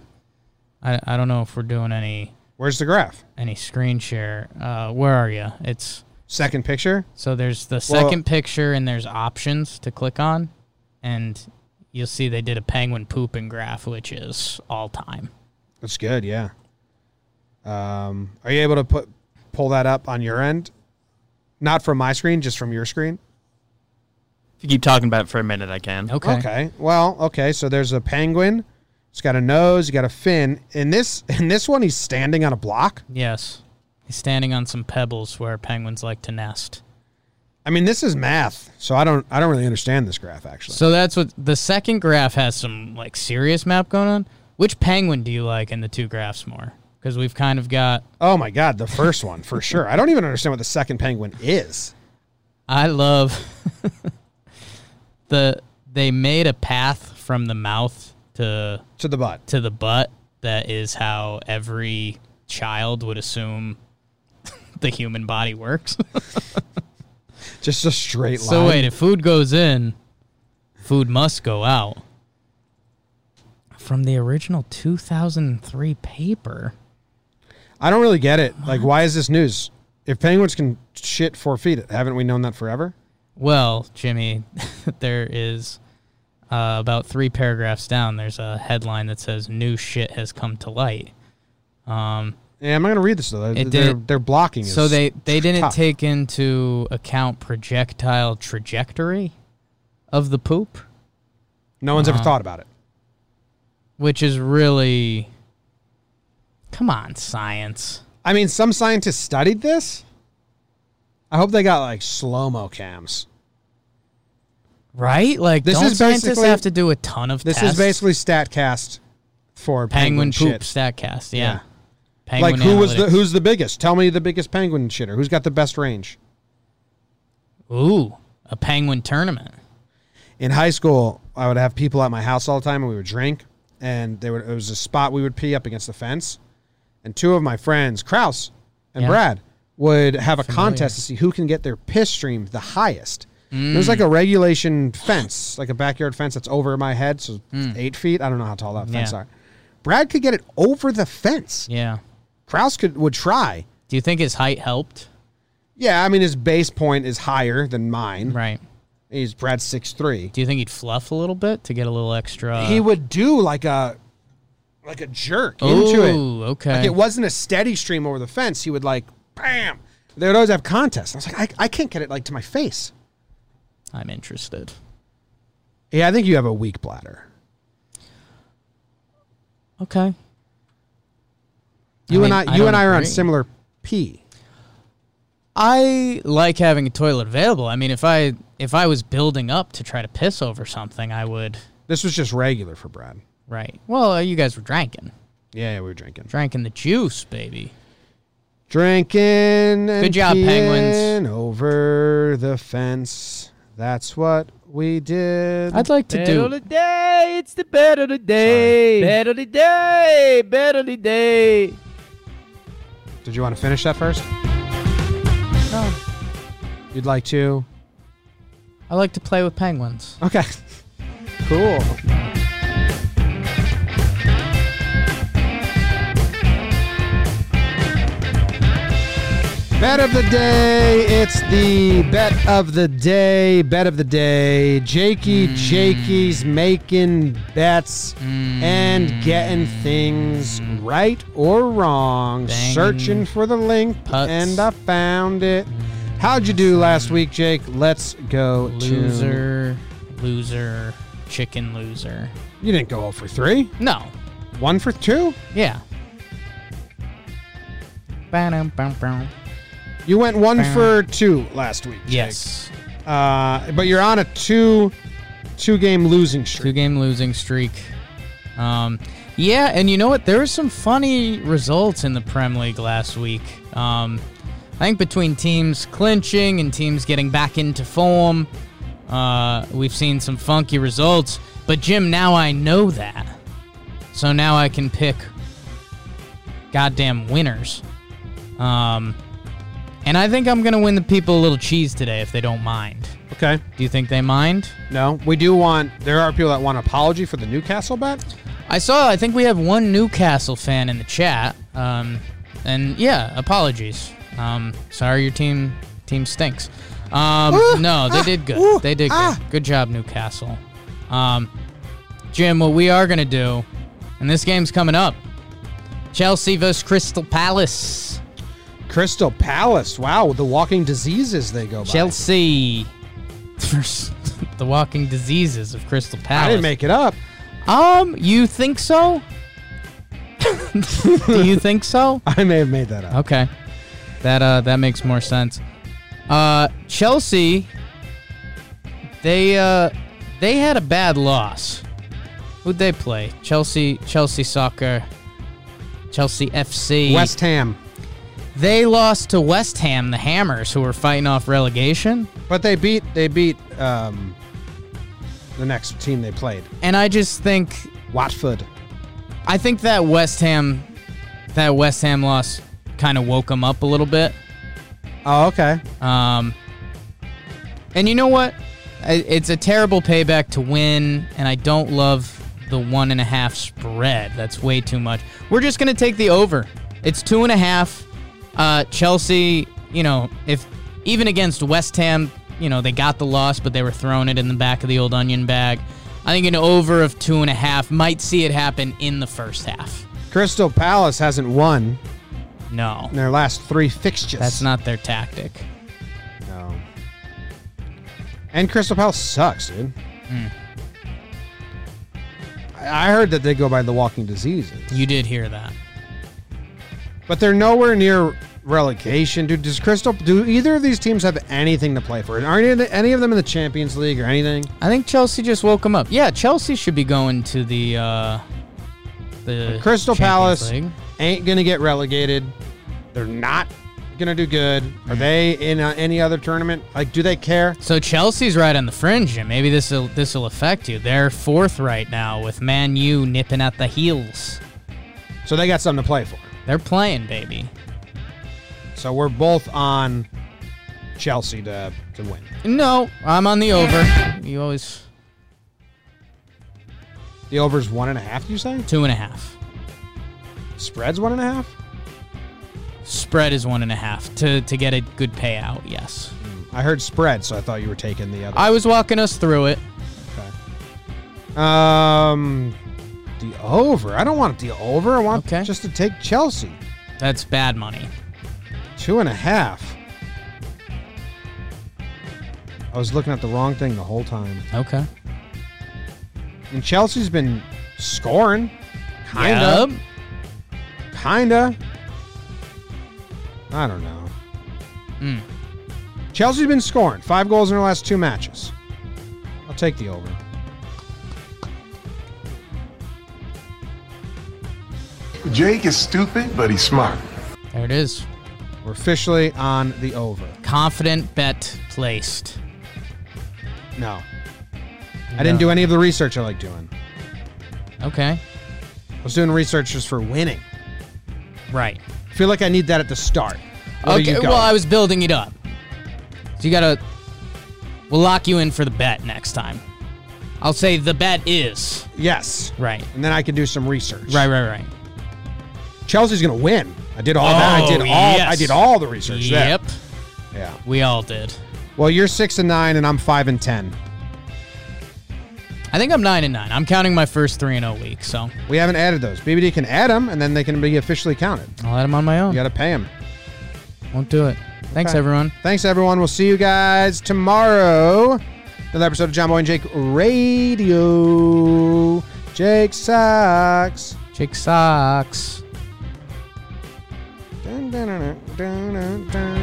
[SPEAKER 2] I I don't know if we're doing any
[SPEAKER 1] Where's the graph?
[SPEAKER 2] any screen share. Uh, where are you? It's
[SPEAKER 1] Second picture.
[SPEAKER 2] so there's the second picture and there's options to click on, and you'll see they did a penguin pooping graph, which is all time.
[SPEAKER 1] That's good. Yeah. Um, are you able to put pull that up on your end? Not from my screen, just from your screen.
[SPEAKER 3] If you keep talking about it for a minute, I can.
[SPEAKER 2] Okay.
[SPEAKER 1] Well, okay. So there's a penguin. It's got a nose. He got a fin. In this, in this one, he's standing on a block.
[SPEAKER 2] Yes, he's standing on some pebbles where penguins like to nest.
[SPEAKER 1] I mean, this is math. So I don't, I don't really understand this graph actually.
[SPEAKER 2] So that's what the second graph has some like serious map going on. Which penguin do you like in the two graphs more? Because we've kind of got
[SPEAKER 1] Oh my god, the first one for sure. I don't even understand what the second penguin is.
[SPEAKER 2] I love the they made a path from the mouth to
[SPEAKER 1] To the butt.
[SPEAKER 2] to the butt that is how every child would assume the human body works.
[SPEAKER 1] Just a straight line.
[SPEAKER 2] so wait, if food goes in, food must go out. From the original 2003 paper.
[SPEAKER 1] I don't really get it. Like, why is this news? If penguins can shit four feet, haven't we known that forever?
[SPEAKER 2] Well, Jimmy, there is uh, about three paragraphs down. There's a headline that says "New shit has come to light."
[SPEAKER 1] Yeah, I'm not gonna read this though. They're,
[SPEAKER 2] It
[SPEAKER 1] they're,
[SPEAKER 2] did-
[SPEAKER 1] they're blocking. is
[SPEAKER 2] So they they didn't
[SPEAKER 1] tough.
[SPEAKER 2] take into account projectile trajectory of the poop,
[SPEAKER 1] No one's ever thought about it.
[SPEAKER 2] which is really come on science.
[SPEAKER 1] I mean, some scientists studied this. I hope they got like slow mo cams.
[SPEAKER 2] Right? Like,
[SPEAKER 1] This
[SPEAKER 2] don't
[SPEAKER 1] is
[SPEAKER 2] scientists
[SPEAKER 1] basically-
[SPEAKER 2] have to do a ton of
[SPEAKER 1] This is
[SPEAKER 2] tests?
[SPEAKER 1] basically Statcast for
[SPEAKER 2] penguin,
[SPEAKER 1] penguin,
[SPEAKER 2] poop
[SPEAKER 1] shit.
[SPEAKER 2] statcast. Yeah,
[SPEAKER 1] Yeah.
[SPEAKER 2] penguin
[SPEAKER 1] like, who was the
[SPEAKER 2] analytics.
[SPEAKER 1] who's the biggest? Tell me the biggest penguin shitter. Who's got the best range?
[SPEAKER 2] Ooh, a penguin tournament.
[SPEAKER 1] in high school, I would have people at my house all the time, and we would drink. And there would, it was a spot we would pee up against the fence. And two of my friends, Kraus and
[SPEAKER 2] Yeah.
[SPEAKER 1] Brad, would have a contest to see who can get their piss stream the highest. There's like
[SPEAKER 2] Mm.
[SPEAKER 1] a regulation fence, like a backyard fence that's over my head, so eight feet. I don't know how tall that fence
[SPEAKER 2] Mm. Yeah.
[SPEAKER 1] are. Brad could get it over the fence.
[SPEAKER 2] Yeah.
[SPEAKER 1] Kraus could would try.
[SPEAKER 2] Do you think his height helped?
[SPEAKER 1] Yeah, I mean his base point is higher than mine.
[SPEAKER 2] Right.
[SPEAKER 1] He's Brad's six three.
[SPEAKER 2] Do you think he'd fluff a little bit to get a little extra?
[SPEAKER 1] he would do like a like a jerk into it.
[SPEAKER 2] Ooh, okay.
[SPEAKER 1] Like it wasn't a steady stream over the fence. He would like bam, They would always have contests. I was like, I, I can't get it like to my face.
[SPEAKER 2] I'm interested.
[SPEAKER 1] Yeah, I think you have a weak bladder.
[SPEAKER 2] Okay.
[SPEAKER 1] You
[SPEAKER 2] I mean,
[SPEAKER 1] and I,
[SPEAKER 2] I
[SPEAKER 1] you and
[SPEAKER 2] don't
[SPEAKER 1] I are on
[SPEAKER 2] agree.
[SPEAKER 1] similar P.
[SPEAKER 2] I like having a toilet available. I mean, if I if I was building up to try to piss over something, I would.
[SPEAKER 1] This was just regular for Brad.
[SPEAKER 2] Right. Well, uh, you guys were drinking,
[SPEAKER 1] Yeah, yeah we were drinking.
[SPEAKER 2] drinking the juice, baby.
[SPEAKER 1] Drinking and
[SPEAKER 2] Good job,
[SPEAKER 1] peeing
[SPEAKER 2] Penguins.
[SPEAKER 1] Over the fence. That's what we did.
[SPEAKER 2] I'd like to do.
[SPEAKER 7] day, it's the better today. Better today, better today.
[SPEAKER 1] Did you want to finish that first?
[SPEAKER 2] No,
[SPEAKER 1] You'd like to?
[SPEAKER 2] I like to play with penguins.
[SPEAKER 1] Okay. Cool. Bet of the day. It's the bet of the day. Bet of the day. Jakey
[SPEAKER 2] Hmm.
[SPEAKER 1] Jakey's making bets
[SPEAKER 2] Hmm.
[SPEAKER 1] and getting things right or wrong.
[SPEAKER 2] Banging
[SPEAKER 1] Searching for the link,
[SPEAKER 2] putts.
[SPEAKER 1] and I found it. How'd you do last week, Jake? Let's go to
[SPEAKER 2] Loser, loser, chicken loser.
[SPEAKER 1] You didn't go 0 for 3.
[SPEAKER 2] No.
[SPEAKER 1] 1 for 2.
[SPEAKER 2] Yeah. Ba-dum, bum, bum.
[SPEAKER 1] You went 1
[SPEAKER 2] Bam.
[SPEAKER 1] for 2 last week. Jake.
[SPEAKER 2] Yes.
[SPEAKER 1] Uh, but you're on a 2 2 game losing
[SPEAKER 2] Two
[SPEAKER 1] streak.
[SPEAKER 2] game losing streak. Um, yeah, and you know what? There were some funny results in the Prem League last week. Um, I think between teams clinching and teams getting back into form, uh, we've seen some funky results. But Jim, now I know that, so now I can pick goddamn winners. Um, and I think I'm gonna win the people a little cheese today if they don't mind.
[SPEAKER 1] Okay.
[SPEAKER 2] Do you think they mind?
[SPEAKER 1] No, we do want there are people that want apology for the Newcastle bet.
[SPEAKER 2] I saw. I think we have one Newcastle fan in the chat. Um, and yeah, apologies. Um, sorry, your team team stinks. Um, no, they did good.
[SPEAKER 1] ah, ooh,
[SPEAKER 2] they did good.
[SPEAKER 1] ah.
[SPEAKER 2] Good job, Newcastle. Um, Jim, what we are gonna do, and this game's coming up. Chelsea versus Crystal Palace.
[SPEAKER 1] Crystal Palace. Wow, the walking diseases they go by.
[SPEAKER 2] Chelsea versus the walking diseases of Crystal Palace.
[SPEAKER 1] I didn't make it up.
[SPEAKER 2] Um, you think so? Do you think so?
[SPEAKER 1] I may have made that up.
[SPEAKER 2] Okay. That uh that makes more sense. Uh Chelsea they uh they had a bad loss. Who'd they play? Chelsea Chelsea soccer. Chelsea FC.
[SPEAKER 1] West Ham.
[SPEAKER 2] They lost to West Ham, the Hammers, who were fighting off relegation.
[SPEAKER 1] But they beat they beat um, the next team they played.
[SPEAKER 2] And I just think
[SPEAKER 1] Watford.
[SPEAKER 2] I think that West Ham that West Ham loss kind of woke them up a little bit.
[SPEAKER 1] Oh, okay.
[SPEAKER 2] Um, and you know what? I- It's a terrible payback to win, and I don't love the one and a half spread. That's way too much. We're just gonna take the over. It's two and a half. Uh, Chelsea, you know, if even against West Ham, you know, they got the loss, but they were throwing it in the back of the old onion bag. I think an over of two and a half might see it happen in the first half.
[SPEAKER 1] Crystal Palace hasn't won
[SPEAKER 2] No,
[SPEAKER 1] in their last three fixtures.
[SPEAKER 2] that's not their tactic.
[SPEAKER 1] No. Um, And Crystal Palace sucks, dude.
[SPEAKER 2] Hmm.
[SPEAKER 1] I I heard that they go by the walking diseases,
[SPEAKER 2] You did hear that.
[SPEAKER 1] but they're nowhere near relegation, dude. Does Crystal? Do either of these teams have anything to play for? Are any of, the, any of them in the Champions League or anything?
[SPEAKER 2] I think Chelsea just woke him up. Yeah, Chelsea should be going to the uh, the
[SPEAKER 1] Crystal
[SPEAKER 2] Champions
[SPEAKER 1] Palace
[SPEAKER 2] League.
[SPEAKER 1] ain't gonna get relegated. They're not gonna do good.
[SPEAKER 2] Hmm.
[SPEAKER 1] Are they in uh, any other tournament? Like, do they care?
[SPEAKER 2] So Chelsea's right on the fringe, and maybe this will this will affect you. They're fourth right now with Man U nipping at the heels.
[SPEAKER 1] So they got something to play for.
[SPEAKER 2] They're playing, baby.
[SPEAKER 1] So we're both on Chelsea to to win.
[SPEAKER 2] No, I'm on the over. You always
[SPEAKER 1] The over's one and a half, you say?
[SPEAKER 2] two and a half.
[SPEAKER 1] Spread's one and a half?
[SPEAKER 2] Spread is one and a half to to get a good payout. Yes,
[SPEAKER 1] I heard spread, so I thought you were taking the other.
[SPEAKER 2] I was walking us through it.
[SPEAKER 1] um, the over. I don't want the over. I want
[SPEAKER 2] Okay.
[SPEAKER 1] just to take Chelsea.
[SPEAKER 2] That's bad money.
[SPEAKER 1] Two and a half. I was looking at the wrong thing the whole time.
[SPEAKER 2] Okay.
[SPEAKER 1] And Chelsea's been scoring. Kinda.
[SPEAKER 2] Yep.
[SPEAKER 1] Kinda. I don't know.
[SPEAKER 2] Mm.
[SPEAKER 1] Chelsea's been scoring five goals in her last two matches. I'll take the over.
[SPEAKER 8] Jake is stupid, but he's smart.
[SPEAKER 2] There it is.
[SPEAKER 1] We're officially on the over.
[SPEAKER 2] Confident bet placed.
[SPEAKER 1] No. I didn't do any of the research I like doing.
[SPEAKER 2] Okay.
[SPEAKER 1] I was doing research just for winning.
[SPEAKER 2] Right.
[SPEAKER 1] I feel like I need that at the start. What do
[SPEAKER 2] okay.
[SPEAKER 1] you got?
[SPEAKER 2] Well, I was building it up. So you gotta. We'll lock you in for the bet next time. I'll say the bet is
[SPEAKER 1] yes.
[SPEAKER 2] right.
[SPEAKER 1] And then I can do some research.
[SPEAKER 2] Right. Right. Right.
[SPEAKER 1] Chelsea's gonna win. I did all that. I did
[SPEAKER 2] Oh,
[SPEAKER 1] all. I
[SPEAKER 2] yes.
[SPEAKER 1] did all the research. there.
[SPEAKER 2] Yep.
[SPEAKER 1] Yeah.
[SPEAKER 2] We all did.
[SPEAKER 1] Well, you're six and nine, and I'm five and ten.
[SPEAKER 2] I think I'm nine and nine. I'm counting my first three and zero week, so
[SPEAKER 1] We haven't added those. BBD can add them, and then they can be officially counted.
[SPEAKER 2] I'll add them on my own.
[SPEAKER 1] You gotta pay them.
[SPEAKER 2] Won't do it. Thanks,
[SPEAKER 1] Okay.
[SPEAKER 2] everyone.
[SPEAKER 1] Thanks, everyone. We'll see you guys tomorrow. Another episode of John Boy and Jake Radio. Jake sucks.
[SPEAKER 2] Chick socks.
[SPEAKER 1] Dun, dun, dun, dun, dun, dun.